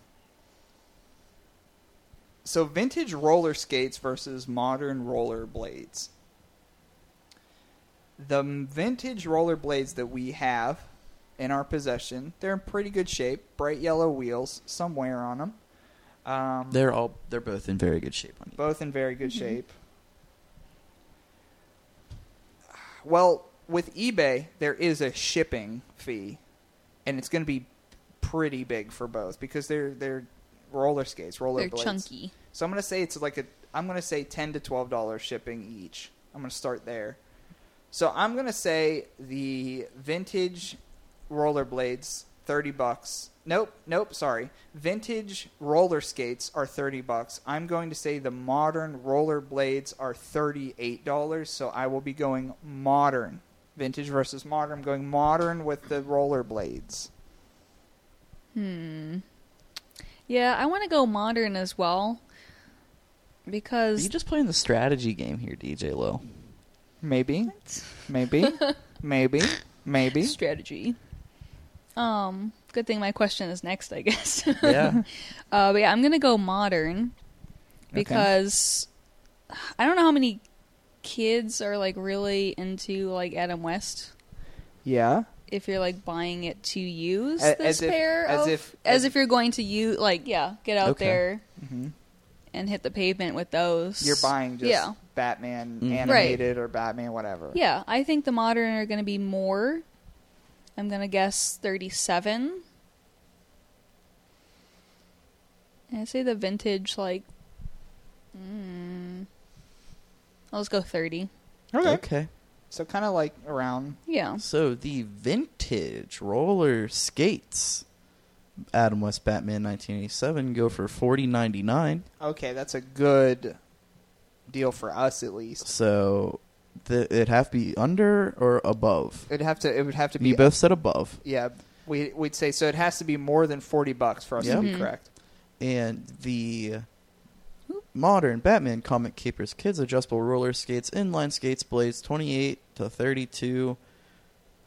so vintage roller skates versus modern roller blades. The m- vintage roller blades that we have in our possession, they're in pretty good shape. Bright yellow wheels, some wear on them. Um, They're all they're both in very good shape on you. both in very good Mm-hmm. shape. Well, with eBay, there is a shipping fee, and it's going to be pretty big for both because they're they're roller skates, roller They're blades. chunky. So I'm going to say it's like a I'm going to say ten to twelve dollars shipping each. I'm going to start there. So I'm going to say the vintage roller blades, thirty bucks. Nope, nope, sorry. Vintage roller skates are thirty bucks. I'm going to say the modern roller blades are thirty-eight dollars. So I will be going modern, vintage versus modern. I'm going modern with the roller blades. Hmm. Yeah, I want to go modern as well because You just playing the strategy game here, DJ Low. Maybe, maybe, maybe, maybe. strategy. Um, good thing my question is next, I guess. *laughs* Yeah. Uh, but yeah, I'm gonna go modern because I don't know how many kids are like really into like Adam West. Yeah. If you're like buying it to use A- this as if- pair, as of- if- as if you're going to use like yeah, get out Okay. there and hit the pavement with those. You're buying just yeah, Batman Mhm. animated or Batman whatever. yeah. I think the modern are gonna be more. I'm gonna guess 37. And I say the vintage like. Mm, let's go 30. Okay. okay. So kind of like around. Yeah. So the vintage roller skates, Adam West Batman 1987, go for 40.99. Okay, that's a good deal for us at least. So th- it'd have to be under or above. It'd have to. It would have to be. You both said above, yeah. We we'd say so. It has to be more than forty bucks for us Yeah. to be correct. and the modern Batman comic capers kids adjustable roller skates, inline skates, blades 28 to 32.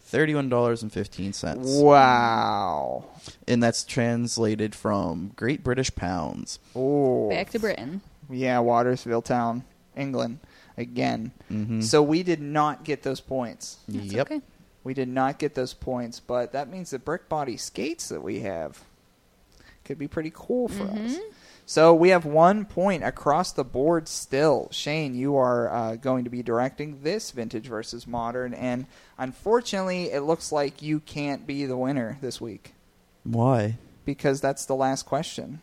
Thirty-one dollars and fifteen cents. Wow. and that's translated from Great British Pounds. Oh. Back to Britain. Yeah, Watersville Town, England, again. Mhm. So we did not get those points. That's yep. okay. We did not get those points, but that means the brick body skates that we have could be pretty cool for Mm-hmm. us. Oh, So we have one point across the board still. Shane, you are uh, going to be directing this vintage versus modern, and unfortunately, it looks like you can't be the winner this week Why? because that's the last question.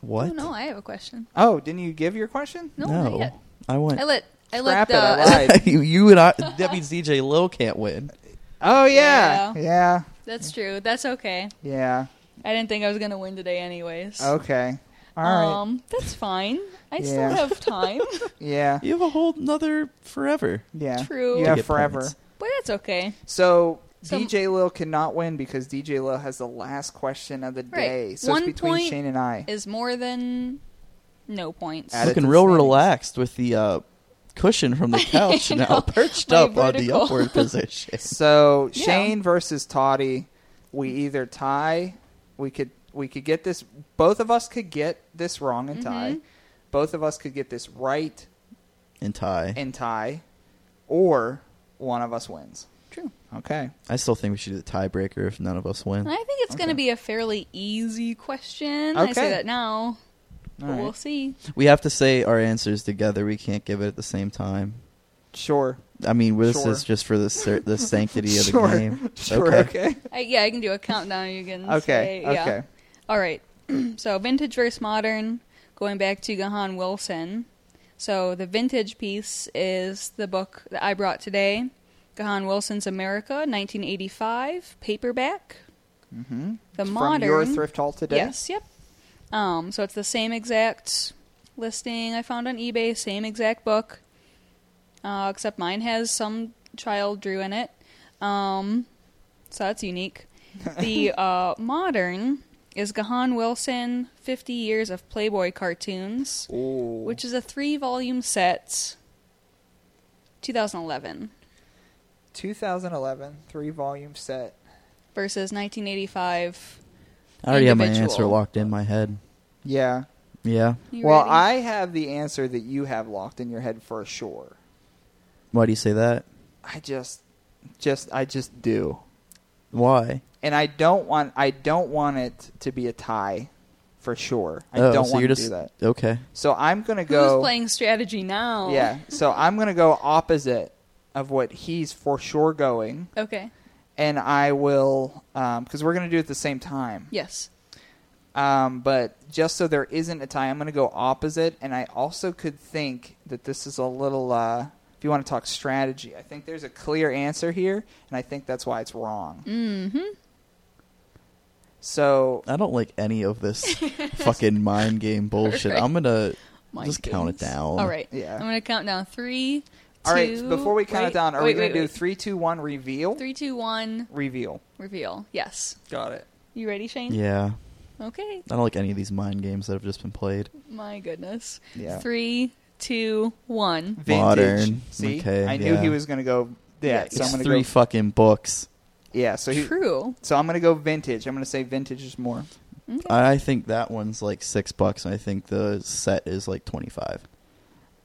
What? Oh, no, I have a question. Oh, didn't you give your question? No, No. not yet. I I went. let I let Scrap the it, *laughs* I lied. you, you and I. That means DJ Lil can't win. Oh yeah, Yeah. yeah, *laughs* That's true. That's okay. yeah. I didn't think I was going to win today anyways. Okay. All right. Um, that's fine. I still Yeah. *laughs* have time. yeah. You have a whole nother forever. Yeah. True. You To have get forever. points. but that's okay. So, So- DJ Lil cannot win because DJ Lil has the last question of the day. So One it's between point Shane and I. Is more than no points. Add it to Looking the real standings. relaxed with the uh, cushion *laughs* from the couch now perched My up on the vertical. *laughs* upward position. So Yeah. Shane versus Toddy, we either tie, we could we could get this. Both of us could get this wrong and Mm-hmm. tie. Both of us could get this right And tie. and tie, or one of us wins. True. Okay. I still think we should do the tiebreaker if none of us win. I think it's going to Okay. be a fairly easy question. I Okay. say that now. All but We'll right. see. We have to say our answers together. We can't give it at the same time. Sure. I mean, this Sure. is just for the *laughs* cer- the sanctity of the sure. game. *laughs* Sure. Okay. I, yeah, I can do a countdown. You can say, Okay. yeah. Okay. All right. *clears throat* so vintage versus modern, going back to Gahan Wilson. So the vintage piece is the book that I brought today, Gahan Wilson's America, 1985, paperback. Mm-hmm. The modern From your thrift haul today. Yes, yep. Um, so it's the same exact listing I found on eBay, same exact book, uh, except mine has some child drew in it. Um, so that's *laughs* unique. The uh, modern is Gahan Wilson, 50 Years of Playboy Cartoons, Ooh. which is a three volume set, 2011, 2011 three volume set. versus 1985. I already have my Individual. answer locked in my head. Yeah. Yeah. You well, ready? I have the answer that you have locked in your head for sure. Why do you say that? I just just I just do. Why? And I don't want I don't want it to be a tie for sure. I oh, don't so want you're to just do that. okay. So I'm going to Who's go playing strategy now? Yeah. So I'm going to go opposite of what he's for sure going Okay. and I will um cuz we're going to do it at the same time. Yes. Um, but just so there isn't a tie, I'm going to go opposite. And I also could think that this is a little, uh, if you want to talk strategy, I think there's a clear answer here, and I think that's why it's wrong. Mm. Mm-hmm. So, I don't like any of *laughs* this fucking mind game bullshit. I'm gonna Mind just count it games. down. All right. Yeah. I'm gonna count down three. all right, two- before we count wait, it down, are wait, we going wait, to do wait. three, two, one, reveal? Three, two, one. Reveal. Reveal. Yes. Got it. You ready, Shane? Yeah. Okay. I don't like any of these mind games that have just been played. My goodness. Yeah. Three, two, one. Vintage. Modern. See, Okay, I knew yeah. he was going to go. Yeah, Yes. so I'm it's going to three go. fucking books. Yeah, so he, True. so I'm gonna go vintage. I'm gonna say vintage is more. I think that one's like six bucks, and I think the set is like twenty five.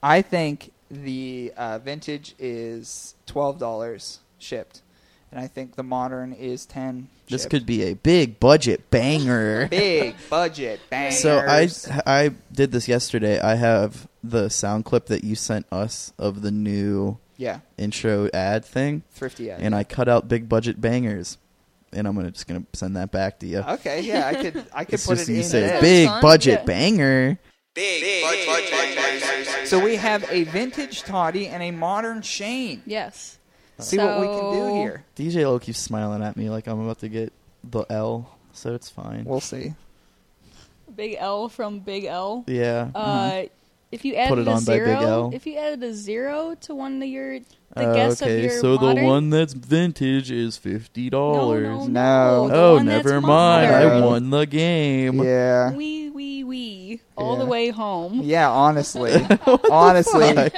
I think the uh, vintage is twelve dollars shipped, and I think the modern is ten. This shipped. could be a big budget banger. *laughs* big *laughs* budget bang. so I I did this yesterday. I have the sound clip that you sent us of the new yeah intro ad thing, thrifty ad. and I cut out big budget bangers, and I'm gonna just gonna send that back to you. okay, yeah, I could I could it's put just it you in. say there. big Fun, budget yeah. banger. So we have a vintage Toddy and a modern Shane. Yes. See what we can do So- here. DJ Lo keeps smiling at me like I'm about to get the L, so it's fine. We'll see. Big L from Big L. yeah. Uh, if you added Mm-hmm. it a on by Big zero, L. if you added a zero to one of your the Uh, guess of okay, your so modern, the one that's vintage is fifty no, dollars. no, No. no, the Oh, one that's never mind. modern. I won the game. Yeah. Wee wee wee, all Yeah. the way home. Yeah, honestly. *laughs* honestly.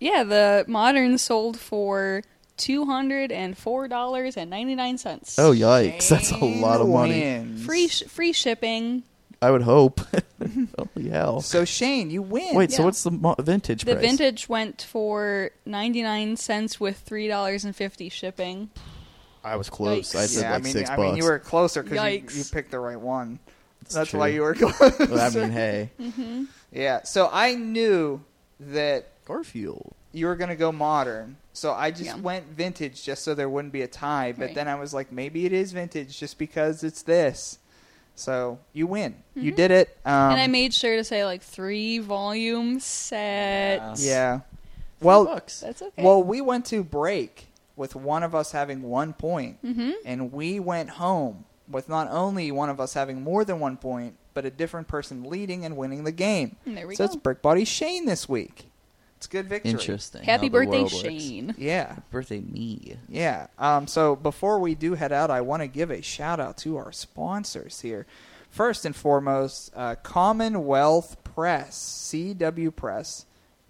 Yeah, the modern sold for two hundred and four dollars and ninety nine cents. *laughs* Oh, yikes. That's a lot of money. Wins. free sh- free shipping. I would hope. *laughs* *laughs* Holy hell. So Shane, you win. Wait, so yeah. what's the mo- vintage The price? vintage went for ninety nine cents with three dollars and fifty shipping. I was close. Yikes. I I said yeah, like I mean, six I bucks. mean, you were closer because Yikes. you, you picked the right one. It's That's why true. *laughs* you were close. I *laughs* mean, hey. yeah. So I knew that Garfield. you were gonna go modern, so I just Yeah. went vintage just so there wouldn't be a tie. But Right. then I was like, maybe it is vintage just because it's this. So you win. You did it. Um, Mm-hmm. and I made sure to say like three volume sets. Yeah. Well, bucks. That's okay. Well, we went to break with one of us having one point, Mm-hmm. and we went home with not only one of us having more than one point, but a different person leading and winning the game. There we so it's go. Brick Body Shane this week. It's a good victory. Interesting. Happy how the birthday, world works. Shane. Yeah, Birthday me. yeah. Um, so before we do head out, I want to give a shout out to our sponsors here. First and foremost, uh, Commonwealth Press,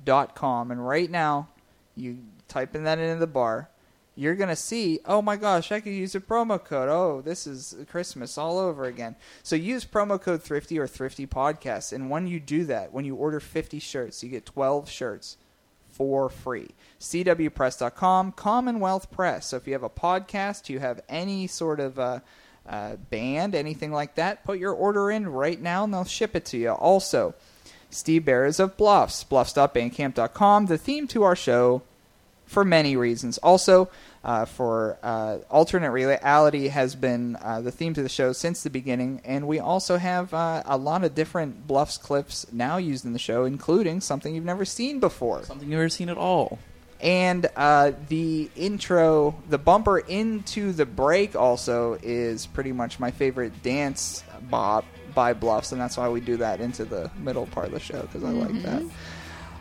cwpress.com. And right now, you typing that into the bar, you're going to see, oh my gosh, I could use a promo code. Oh, this is Christmas all over again. So use promo code Thrifty or Thrifty Podcast. And when you do that, when you order 50 shirts, you get 12 shirts for free. CWPress.com, Commonwealth Press. So if you have a podcast, you have any sort of uh, uh, band, anything like that, put your order in right now and they'll ship it to you. Also, Steve Bear is of Bluffs, bluffs.bandcamp.com. The theme to our show for many reasons. Also, uh, for uh, alternate reality has been uh, the theme to the show since the beginning, and we also have uh, a lot of different bluffs clips now used in the show, including something you've never seen before Something you've never seen at all. and uh, the intro, the bumper into the break, also is pretty much my favorite dance bop by Bluffs, and that's why we do that into the middle part of the show because I like that.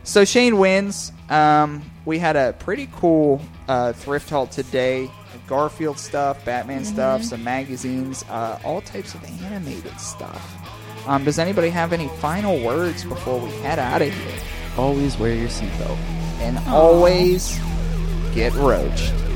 So Shane wins. Um, we had a pretty cool uh, thrift haul today. Garfield stuff, Batman stuff, some magazines, uh, all types of animated stuff. Um, does anybody have any final words before we head out of here? Always wear your seatbelt. and always get roached.